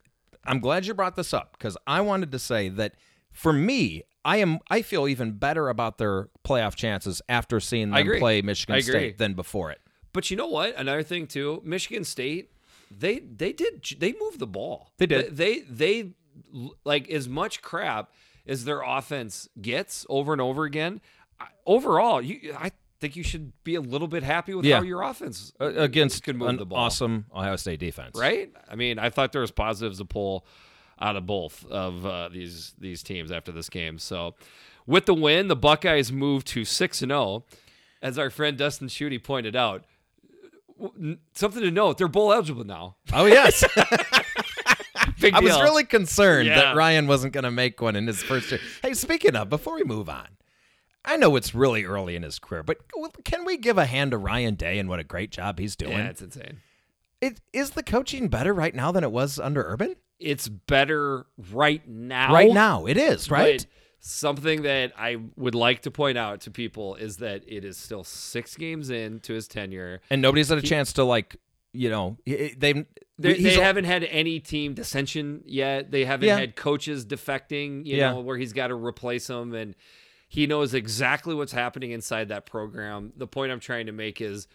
S2: I'm glad you brought this up because I wanted to say that for me, I am I feel even better about their playoff chances after seeing them
S1: agree.
S2: play Michigan
S1: I agree.
S2: State than before it.
S1: But you know what? Another thing too, Michigan State, they they did they moved the ball.
S2: They did.
S1: They they, they like as much crap as their offense gets over and over again. I- Overall, you I think you should be a little bit happy with
S2: Yeah.
S1: how your offense
S2: Uh, Against
S1: can move
S2: an
S1: the ball.
S2: awesome Ohio State defense.
S1: right? I mean, I thought there was positives to pull out of both of uh, these these teams after this game. So, with the win, the Buckeyes move to six and zero, as our friend Dustin Schutte pointed out. W- n- Something to note: they're bowl eligible
S2: <laughs>
S1: now. <laughs>
S2: Oh yes.
S1: Big
S2: I was
S1: deal.
S2: really concerned
S1: Yeah.
S2: that Ryan wasn't going to make one in his first year. Hey, speaking of, before we move on, I know it's really early in his career, but can we give a hand to Ryan Day and what a great job he's doing?
S1: Yeah, it's insane.
S2: It is the coaching better right now than it was under Urban?
S1: It's better right now.
S2: Right now, it is,
S1: but
S2: right?
S1: something that I would like to point out to people is that it is still six games into his tenure.
S2: And nobody's had a chance to like, you know, they they,
S1: They,
S2: he's-
S1: they haven't had any team dissension yet. They haven't
S2: Yeah.
S1: had coaches defecting, you
S2: Yeah.
S1: know, where he's got to replace them. And he knows exactly what's happening inside that program. The point I'm trying to make is,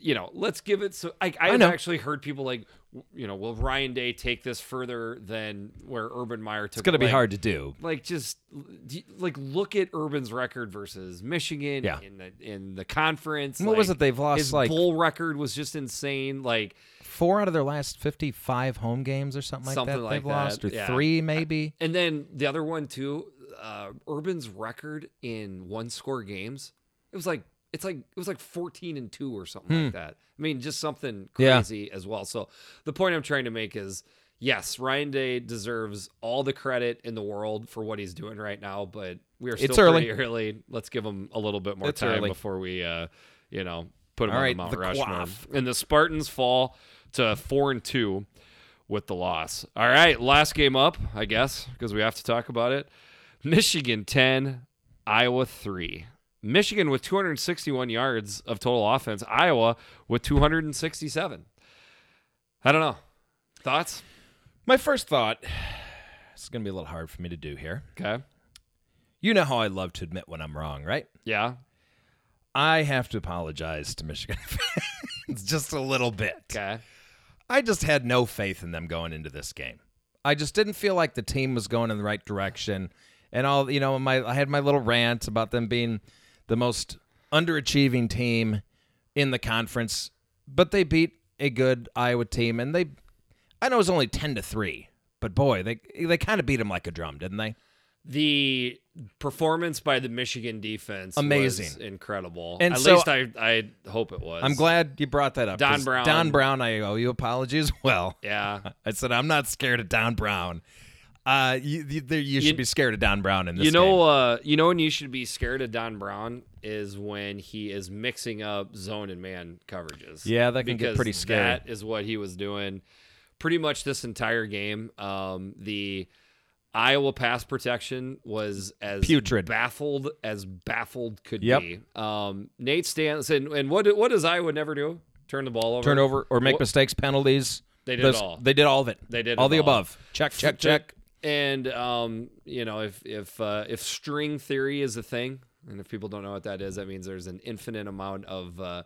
S1: you know, let's give it. So I, I've
S2: know.
S1: actually heard people like, you know, will Ryan Day take this further than where Urban Meyer took
S2: it's going to be
S1: like,
S2: hard to do.
S1: like just do you- like look at Urban's record versus Michigan
S2: Yeah.
S1: in the in the conference.
S2: What was
S1: like,
S2: it? They've lost,
S1: his
S2: like-
S1: bowl record was just insane. Like
S2: Four out of their last 55 home games or something like
S1: Something
S2: that
S1: like
S2: they've lost
S1: that,
S2: or
S1: yeah.
S2: 3 maybe.
S1: and then the other one too, uh, Urban's record in one score games. It was like it's like it was like fourteen and two or something like that. I mean, just something
S2: Hmm. Yeah.
S1: crazy as well. So the point I'm trying to make is. Yes, Ryan Day deserves all the credit in the world for what he's doing right now, but we are still
S2: It's early.
S1: pretty early. Let's give him a little bit more
S2: It's
S1: time
S2: early.
S1: before we, uh, you know, put him
S2: All
S1: on
S2: right,
S1: the Mount
S2: the
S1: Rushmore.
S2: quaff.
S1: And the Spartans fall to four and two with the loss. All right, last game up, I guess, because we have to talk about it. Michigan ten, Iowa three. Michigan with 261 yards of total offense. Iowa with 267. I don't know. Thoughts?
S2: My first thought <sighs> it's going to be a little hard for me to do here.
S1: Okay.
S2: You know how I love to admit when I'm wrong, right?
S1: Yeah.
S2: I have to apologize to Michigan <laughs> fans just a little bit.
S1: Okay.
S2: I just had no faith in them going into this game. I just didn't feel like the team was going in the right direction. And all you know, my I had my little rant about them being the most underachieving team in the conference, but they beat a good Iowa team, and they I know it was only ten to three, but boy, they they kind of beat them like a drum, didn't they?
S1: the performance by the Michigan defense
S2: Amazing.
S1: was incredible.
S2: And
S1: At
S2: so-
S1: least I, I hope it was.
S2: I'm glad you brought that up.
S1: Don
S2: 'cause
S1: Brown.
S2: Don Brown, I owe you apologies. Well,
S1: Yeah.
S2: I said I'm not scared of Don Brown. Uh, you you, there- you should
S1: You-
S2: be scared of Don Brown in this.
S1: You know,
S2: game.
S1: uh, you know when you should be scared of Don Brown is when he is mixing up zone and man coverages.
S2: Yeah, that can get
S1: Because
S2: pretty scary.
S1: That is what he was doing pretty much this entire game. Um, the Iowa pass protection was as
S2: Putrid.
S1: baffled as baffled could
S2: Yep.
S1: be. Um, Nate Stans and, and what what does Iowa never do? Turn the ball over.
S2: turnover or make
S1: Wha-
S2: mistakes, penalties.
S1: They did it
S2: Those-
S1: all.
S2: They did all of it.
S1: They did
S2: all
S1: it
S2: the
S1: all.
S2: above. Check, check, check.
S1: And um, you know, if if uh, if string theory is a thing, and if people don't know what that is, that means there's an infinite amount of uh,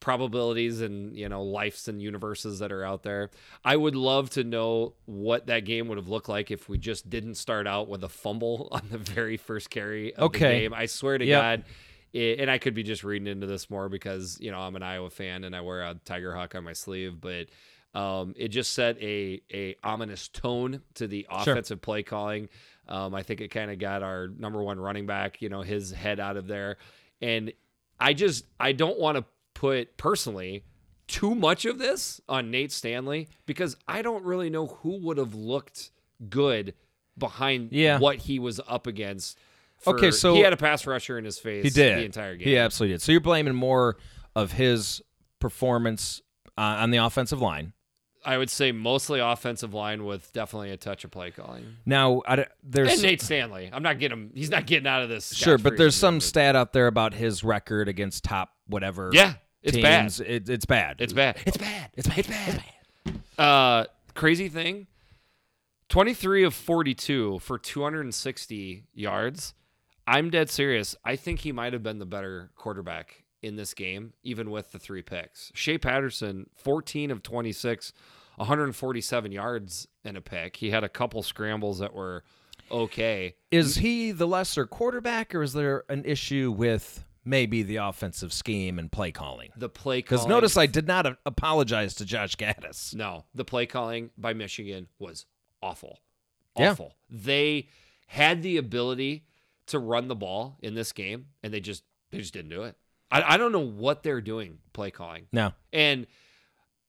S1: probabilities and you know lives and universes that are out there. I would love to know what that game would have looked like if we just didn't start out with a fumble <laughs> on the very first carry of
S2: Okay.
S1: the game. I swear to
S2: Yep.
S1: God. It, and I could be just reading into this more because you know I'm an Iowa fan and I wear a tiger hawk on my sleeve, but um, it just set a a ominous tone to the offensive play calling. Um, I think it kind of got our number one running back, you know, his head out of there, and I just I don't want to put personally too much of this on Nate Stanley because I don't really know who would have looked good behind
S2: Yeah.
S1: what he was up against.
S2: Okay,
S1: for-
S2: so-
S1: he had a pass rusher in his face.
S2: He did
S1: the entire game.
S2: He absolutely did. So you're blaming more of his performance uh, on the offensive line.
S1: I would say mostly offensive line with definitely a touch of play calling.
S2: Now, I, don't- there's
S1: And Nate Stanley, I'm not getting him. He's not getting out of this.
S2: sure,
S1: scot-free.
S2: but there's some stat out there about his record against top whatever.
S1: Yeah, it's bad.
S2: teams. It, it's bad.
S1: It's bad. It's bad. It's bad. It's bad. Uh, crazy thing. 23 of 42 for 260 yards. I'm dead serious. I think he might have been the better quarterback in this game, even with the three picks. Shea Patterson, 14 of 26, 147 yards and a pick. He had a couple scrambles that were okay.
S2: Is he the lesser quarterback, or is there an issue with maybe the offensive scheme and play calling?
S1: The play
S2: Because
S1: calling.
S2: notice I did not a- apologize to Josh Gaddis.
S1: No, the play calling by Michigan was awful.
S2: Yeah.
S1: Awful. They had the ability to run the ball in this game, and they just they just didn't do it. I, I don't know what they're doing play calling.
S2: No.
S1: And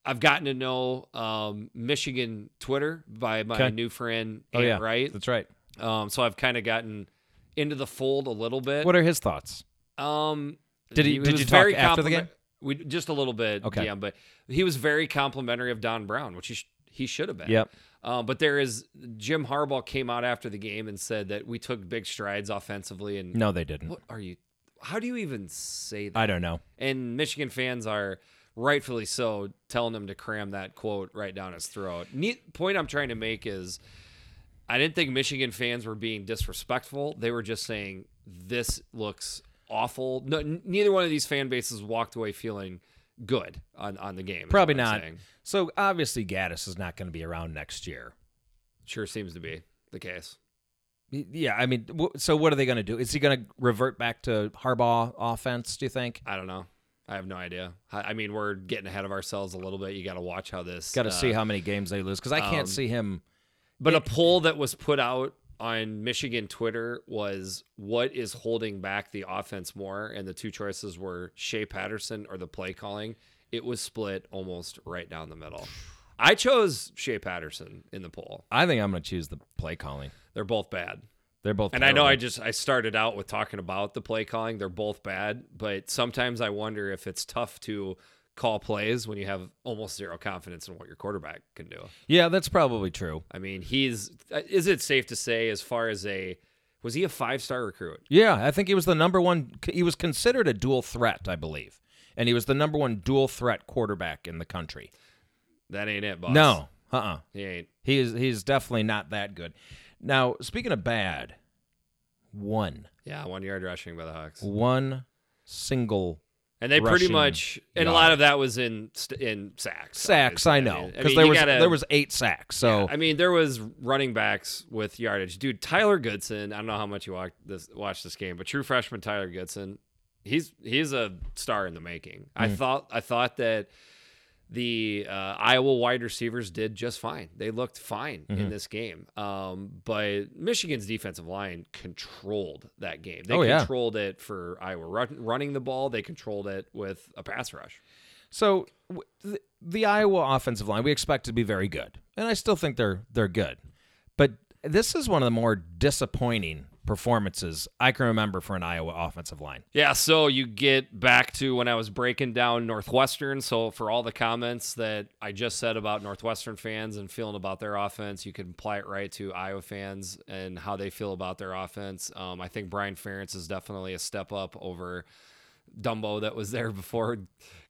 S1: I've gotten to know um, Michigan Twitter by my
S2: Okay.
S1: new friend,
S2: Oh,
S1: Ant
S2: yeah.
S1: Wright.
S2: That's right.
S1: Um, so I've kind of gotten into the fold a little bit.
S2: What are his thoughts?
S1: Um,
S2: Did he- did
S1: was
S2: you talk
S1: very
S2: after the
S1: compliment-
S2: game?
S1: We just a little bit,
S2: Okay.
S1: yeah. But he was very complimentary of Don Brown, which he sh- he should have been.
S2: Yep.
S1: Uh, but there is Jim Harbaugh came out after the game and said that we took big strides offensively, and
S2: No, they didn't.
S1: what are you? How do you even say that?
S2: I don't know.
S1: and Michigan fans are rightfully so telling him to cram that quote right down his throat. Neat point I'm trying to make is I didn't think Michigan fans were being disrespectful. They were just saying this looks awful. No, n- neither one of these fan bases walked away feeling good on, on the game. is
S2: Probably
S1: what I'm
S2: not.
S1: saying.
S2: So obviously Gaddis is not going to be around next year.
S1: Sure seems to be the case.
S2: Y- Yeah, I mean, wh- so what are they going to do? Is he going to revert back to Harbaugh offense? Do you think?
S1: I don't know. I have no idea. I, I mean, we're getting ahead of ourselves a little bit. You got to watch how this.
S2: Got to
S1: uh,
S2: see how many games they lose because I can't
S1: um,
S2: see him.
S1: But a poll that was put out on Michigan Twitter was what is holding back the offense more? And the two choices were Shea Patterson or the play calling. It was split almost right down the middle. I chose Shea Patterson in the poll.
S2: I think I'm going to choose the play calling.
S1: They're both bad.
S2: They're both.
S1: And I know
S2: terrible.
S1: I just I started out with talking about the play calling. They're both bad, but sometimes I wonder if it's tough to call plays when you have almost zero confidence in what your quarterback can do.
S2: Yeah, that's probably true.
S1: I mean, he's uh, is it safe to say as far as a was he a five star recruit?
S2: Yeah, I think he was the number one. He was considered a dual threat, I believe, and he was the number one dual threat quarterback in the country.
S1: That ain't it, boss.
S2: No, uh, uh
S1: he ain't.
S2: he is. He's definitely not that good. Now, speaking of bad, one,
S1: Yeah, one yard rushing by the Hawks,
S2: one single
S1: and they pretty
S2: Rushing
S1: much and a lot of that was in st- in sacks.
S2: sacks.
S1: obviously.
S2: I know
S1: mean-
S2: because
S1: mean,
S2: there
S1: you
S2: was
S1: gotta-
S2: there was eight sacks. So
S1: I mean, there was running backs with yardage. Dude, Tyler Goodson. I don't know how much you watched this watched this game, but true freshman Tyler Goodson, he's he's a star in the making. I
S2: Mm.
S1: thought I thought that the uh, Iowa wide receivers did just fine. They looked fine
S2: Mm-hmm.
S1: in this game. Um, but Michigan's defensive line controlled that game. They
S2: Oh, yeah.
S1: controlled it for Iowa run, running the ball. They controlled it with a pass rush.
S2: So w- the, the Iowa offensive line we expect to be very good, and I still think they're they're good. But this is one of the more disappointing performances I can remember for an Iowa offensive line.
S1: Yeah, so you get back to when I was breaking down Northwestern. So for all the comments that I just said about Northwestern fans and feeling about their offense, you can apply it right to Iowa fans and how they feel about their offense. Um, I think Brian Ferentz is definitely a step up over Dumbo that was there <laughs> before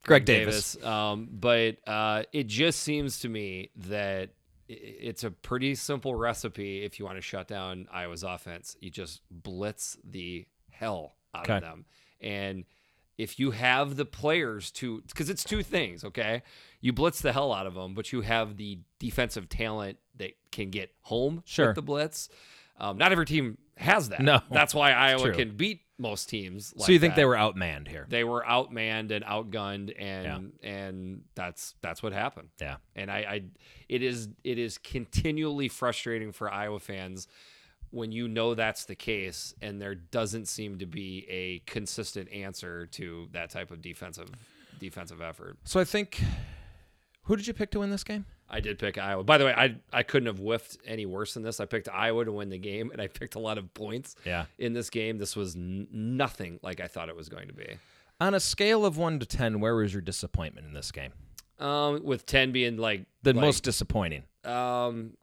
S2: Greg Davis.
S1: Um, but uh, it just seems to me that i- it's a pretty simple recipe if you want to shut down Iowa's offense. You just blitz the hell out
S2: Okay.
S1: of them. And if you have the players to, because it's two things, okay? You blitz the hell out of them, but you have the defensive talent that can get home
S2: Sure.
S1: with the blitz. Um, not every team has that.
S2: No.
S1: That's why Iowa
S2: true.
S1: can beat most teams. Like
S2: so you think
S1: that
S2: they were outmanned here?
S1: they were outmanned and outgunned and and that's that's what happened
S2: Yeah.
S1: and I, I it is it is continually frustrating for iowa fans when you know that's the case and there doesn't seem to be a consistent answer to that type of defensive defensive effort
S2: So I think who did you pick to win this game?
S1: i did pick iowa by the way i i couldn't have whiffed any worse than this i picked iowa to win the game and i picked a lot of points
S2: Yeah.
S1: in this game this was n- nothing like i thought it was going to be
S2: On a scale of one to ten, where was your disappointment in this game?
S1: um with 10 being like
S2: The
S1: like,
S2: most disappointing.
S1: um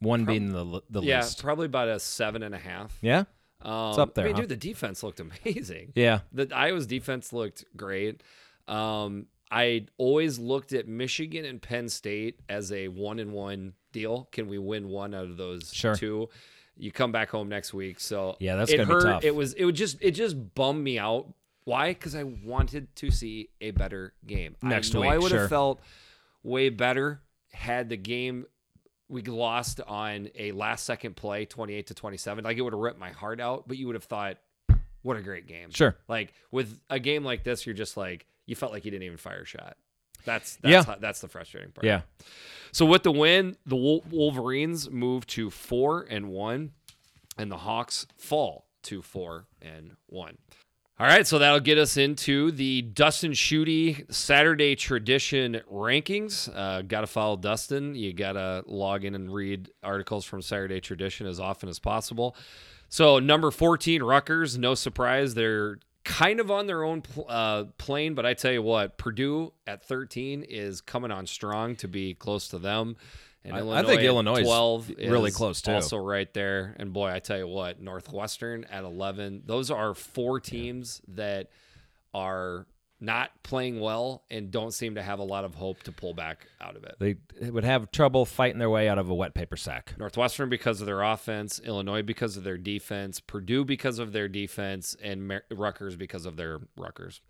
S2: One being the l- the
S1: Yeah,
S2: least.
S1: probably about a seven and a half.
S2: Yeah.
S1: Um,
S2: up there,
S1: I mean,
S2: huh?
S1: dude, the defense looked <laughs> amazing.
S2: Yeah.
S1: The Iowa's defense looked great. Um, I always looked at Michigan and Penn State as a one and one deal. Can we win one out of those
S2: Sure.
S1: two? You come back home next week, so
S2: Yeah, that's
S1: it
S2: gonna be
S1: hurt.
S2: tough.
S1: It was it would just it just bummed me out. Why? Because I wanted to see a better game.
S2: Next
S1: I know I
S2: week,
S1: would have
S2: sure.
S1: felt way better had the game we lost on a last second play 28 to 27 like it would have ripped my heart out but you would have thought what a great game
S2: Sure.
S1: like with a game like this you're just like you felt like you didn't even fire a shot that's that's
S2: Yeah.
S1: how, that's the frustrating part
S2: Yeah.
S1: so with the win the Wol- wolverines move to four and one and the hawks fall to four and one all right, so that'll get us into the Dustin Shooty Saturday tradition rankings. Uh, gotta follow Dustin. You gotta log in and read articles from Saturday Tradition as often as possible. So number 14, Rutgers, no surprise. They're kind of on their own pl- uh, plane, but I tell you what, Purdue at 13 is coming on strong to be close to them. And
S2: I- I
S1: Illinois
S2: think
S1: at
S2: Illinois is
S1: 12
S2: really
S1: is
S2: close, too.
S1: Also right there. And boy, I tell you what, Northwestern at 11. Those are four teams that are not playing well and don't seem to have a lot of hope to pull back out of it.
S2: They would have trouble fighting their way out of a wet paper sack.
S1: Northwestern because of their offense, Illinois because of their defense, Purdue because of their defense, and Mar- Rutgers because of their Rutgers.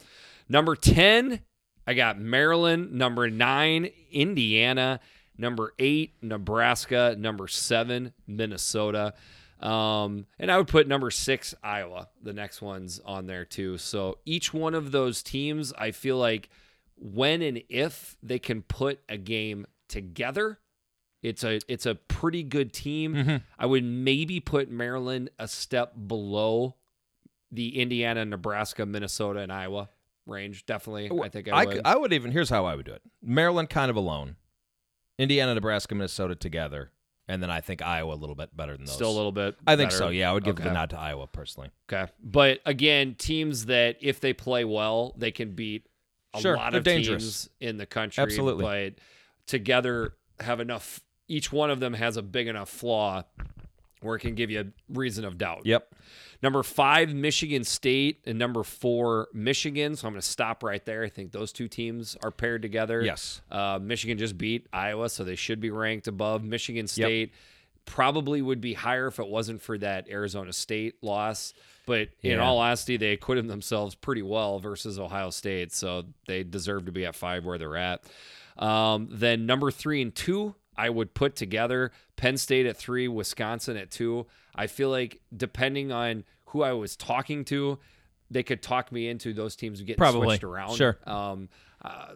S1: Number 10, I got Maryland. Number nine, Indiana. Number eight, Nebraska. Number seven, Minnesota. Um, and I would put number six, Iowa. The next one's on there too. So each one of those teams, I feel like when and if they can put a game together, it's a it's a pretty good team.
S2: Mm-hmm.
S1: I would maybe put Maryland a step below the Indiana, Nebraska, Minnesota, and Iowa range. Definitely, I think I
S2: I,
S1: would.
S2: c- I would even here's how I would do it: Maryland kind of alone, Indiana, Nebraska, Minnesota together, and then I think Iowa a little bit better than those.
S1: Still a little bit.
S2: I think
S1: better.
S2: so. Yeah, I would give the
S1: Okay.
S2: nod to Iowa personally.
S1: Okay, but again, teams that if they play well, they can beat a
S2: Sure,
S1: lot
S2: they're
S1: of
S2: dangerous.
S1: teams in the country.
S2: Absolutely.
S1: but together have enough. Each one of them has a big enough flaw where it can give you a reason of doubt.
S2: Yep.
S1: Number five, Michigan State, and number four, Michigan. So I'm going to stop right there. I think those two teams are paired together.
S2: Yes.
S1: Uh, Michigan just beat Iowa, so they should be ranked above. Michigan State probably would be higher if it wasn't for that Arizona State loss. But in
S2: Yeah.
S1: all honesty, they acquitted themselves pretty well versus Ohio State, so they deserve to be at five where they're at. Um, then number three and two, I would put together Penn State at three, Wisconsin at two. I feel like depending on who I was talking to, they could talk me into those teams getting
S2: Probably.
S1: switched around.
S2: Sure.
S1: Um, uh,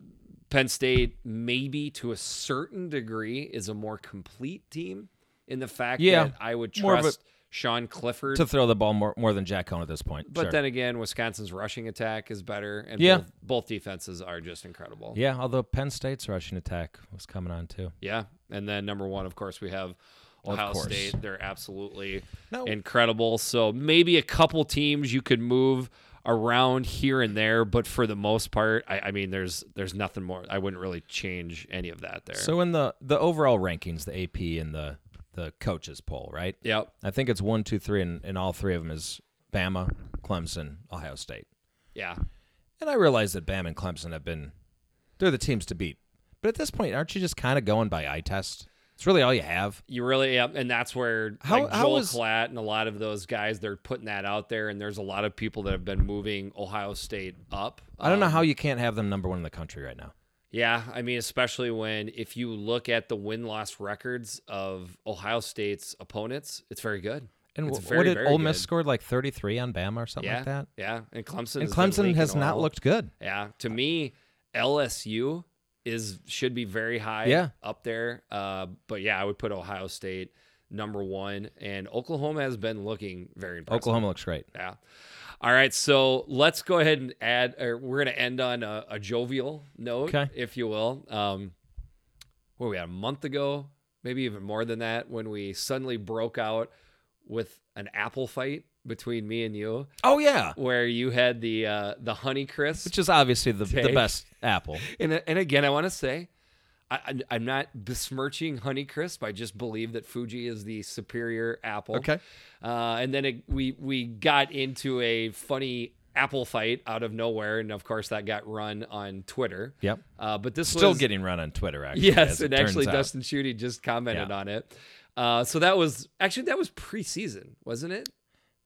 S1: Penn State, maybe to a certain degree, is a more complete team in the fact
S2: Yeah.
S1: that I would
S2: More of a-
S1: trust Sean Clifford.
S2: To throw the ball more more than Jack Cohn at this point.
S1: but
S2: sure.
S1: then again, Wisconsin's rushing attack is better, and
S2: Yeah.
S1: both, both defenses are just incredible.
S2: yeah, although Penn State's rushing attack was coming on too.
S1: Yeah. And then number one, of course, we have Ohio
S2: course.
S1: State. They're absolutely
S2: No.
S1: incredible. So maybe a couple teams you could move around here and there, but for the most part, I, I mean, there's there's nothing more. I wouldn't really change any of that there.
S2: So in the the overall rankings, the AP and the the coaches poll, right?
S1: yep,
S2: I think it's one, two, three, and, and all three of them is Bama, Clemson, Ohio State.
S1: yeah,
S2: And I realize that Bama and Clemson have been they're the teams to beat. But at this point, aren't you just kind of going by eye test? It's really all you have.
S1: you really yeah, and that's where
S2: How-
S1: like
S2: how
S1: Joel
S2: is-
S1: Klatt and a lot of those guys they're putting that out there, and there's a lot of people that have been moving Ohio State up. Um,
S2: I don't know how you can't have them number one in the country right now.
S1: Yeah, I mean, especially when if you look at the win loss records of Ohio State's opponents, it's very good.
S2: And
S1: it's
S2: wh- what did Ole Miss scored like 33 on Bama or something
S1: yeah,
S2: like that?
S1: Yeah, and Clemson. has
S2: And
S1: been
S2: Clemson has
S1: leaking
S2: not
S1: oil.
S2: looked good.
S1: Yeah, to me, LSU is should be very high.
S2: Yeah.
S1: up there. Uh, but yeah, I would put Ohio State number one, and Oklahoma has been looking very impressive.
S2: Oklahoma looks great.
S1: Yeah. All right. So let's go ahead and add, or we're going to end on a, a jovial note,
S2: Okay.
S1: if you will. Um, what were we at a month ago, maybe even more than that, when we suddenly broke out with an apple fight between me and you,
S2: Oh yeah,
S1: where you had the uh, the honey
S2: which
S1: crisp.
S2: is obviously the, the
S1: Take.
S2: best
S1: <laughs>
S2: apple.
S1: And, and again, I want to say, I, I'm- I'm not besmirching honey crisp. I just believe that Fuji is the superior apple. Uh, and then it, we we got into a funny apple fight out of nowhere, and of course that got run on Twitter.
S2: Yep.
S1: Uh, but this
S2: Still
S1: was,
S2: getting run on Twitter actually.
S1: yes,
S2: as
S1: and
S2: it turns
S1: actually
S2: out.
S1: Dustin Shooty just commented
S2: Yeah.
S1: on it. Uh, so that was actually that was preseason, wasn't it?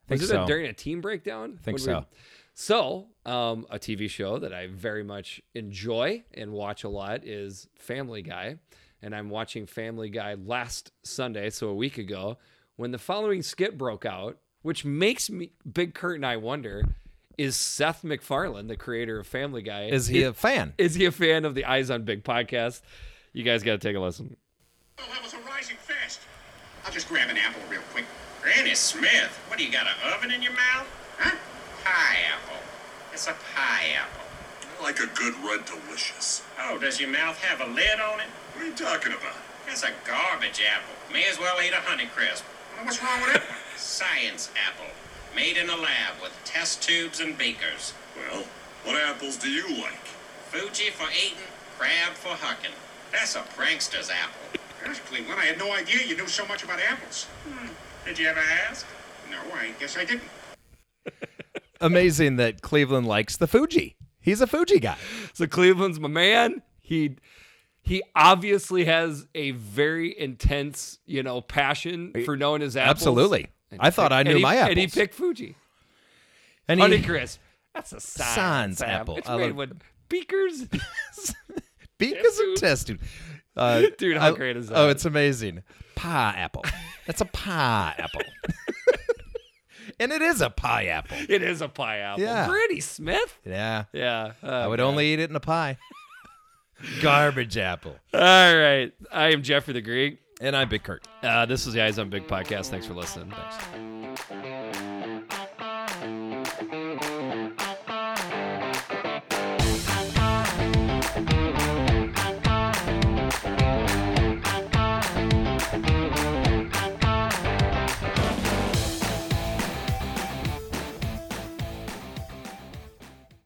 S2: Think
S1: was it a-
S2: so.
S1: during a team breakdown?
S2: Think
S1: When we-
S2: so.
S1: so, um, a TV show that I very much enjoy and watch a lot is Family Guy. And I'm watching Family Guy last Sunday, so a week ago, when the following skit broke out, which makes me Big Kurt and I wonder is Seth MacFarlane, the creator of Family Guy,
S2: Is he
S1: <laughs>
S2: a fan?
S1: is he a fan of the Eyes on Big podcast? You guys got to take a listen.
S3: Oil levels are rising fast. I'll just grab an apple real quick. Granny Smith, what do you got, an oven in your mouth? Huh? Pie apple. It's a pie apple.
S4: I like a good red delicious.
S3: Oh, does your mouth have a lid on it?
S4: What are you talking about?
S3: That's a garbage apple. May as well eat a Honeycrisp. Well, What's wrong with that one? science apple, made in a lab with test tubes and beakers.
S4: Well, what apples do you like?
S3: Fuji for eating, crab for hucking. That's a prankster's apple.
S4: Gosh, Cleveland, I had no idea you knew so much about apples.
S3: Did you ever ask?
S4: No, I guess I didn't.
S2: Amazing that Cleveland likes the Fuji. He's a Fuji guy.
S1: So Cleveland's my man. He he obviously has a very intense, you know, passion for knowing his apples.
S2: Absolutely. I thought I
S1: And
S2: knew
S1: he-
S2: my apples.
S1: And he picked Fuji.
S2: And he-
S1: Honeycrisp. That's a science,
S2: Sans
S1: apple.
S2: apple.
S1: It's
S2: I
S1: made
S2: love-
S1: with beakers. <laughs>
S2: because
S1: Dude. <laughs>
S2: of testing. Uh,
S1: Dude, how
S2: I-
S1: great is
S2: Oh,
S1: that?
S2: it's amazing. Pie apple. That's a pie
S1: <laughs>
S2: apple. and it is a pie apple.
S1: it is a pie apple.
S2: Yeah.
S1: Granny Smith.
S2: Yeah.
S1: Yeah. uh,
S2: I would only eat it in
S1: <laughs>
S2: a pie. Garbage apple.
S1: all right. I am Jeffrey the Greek.
S2: And I'm Big Kurt.
S1: Uh, this was the Eyes on Big podcast. Thanks for listening. Thanks.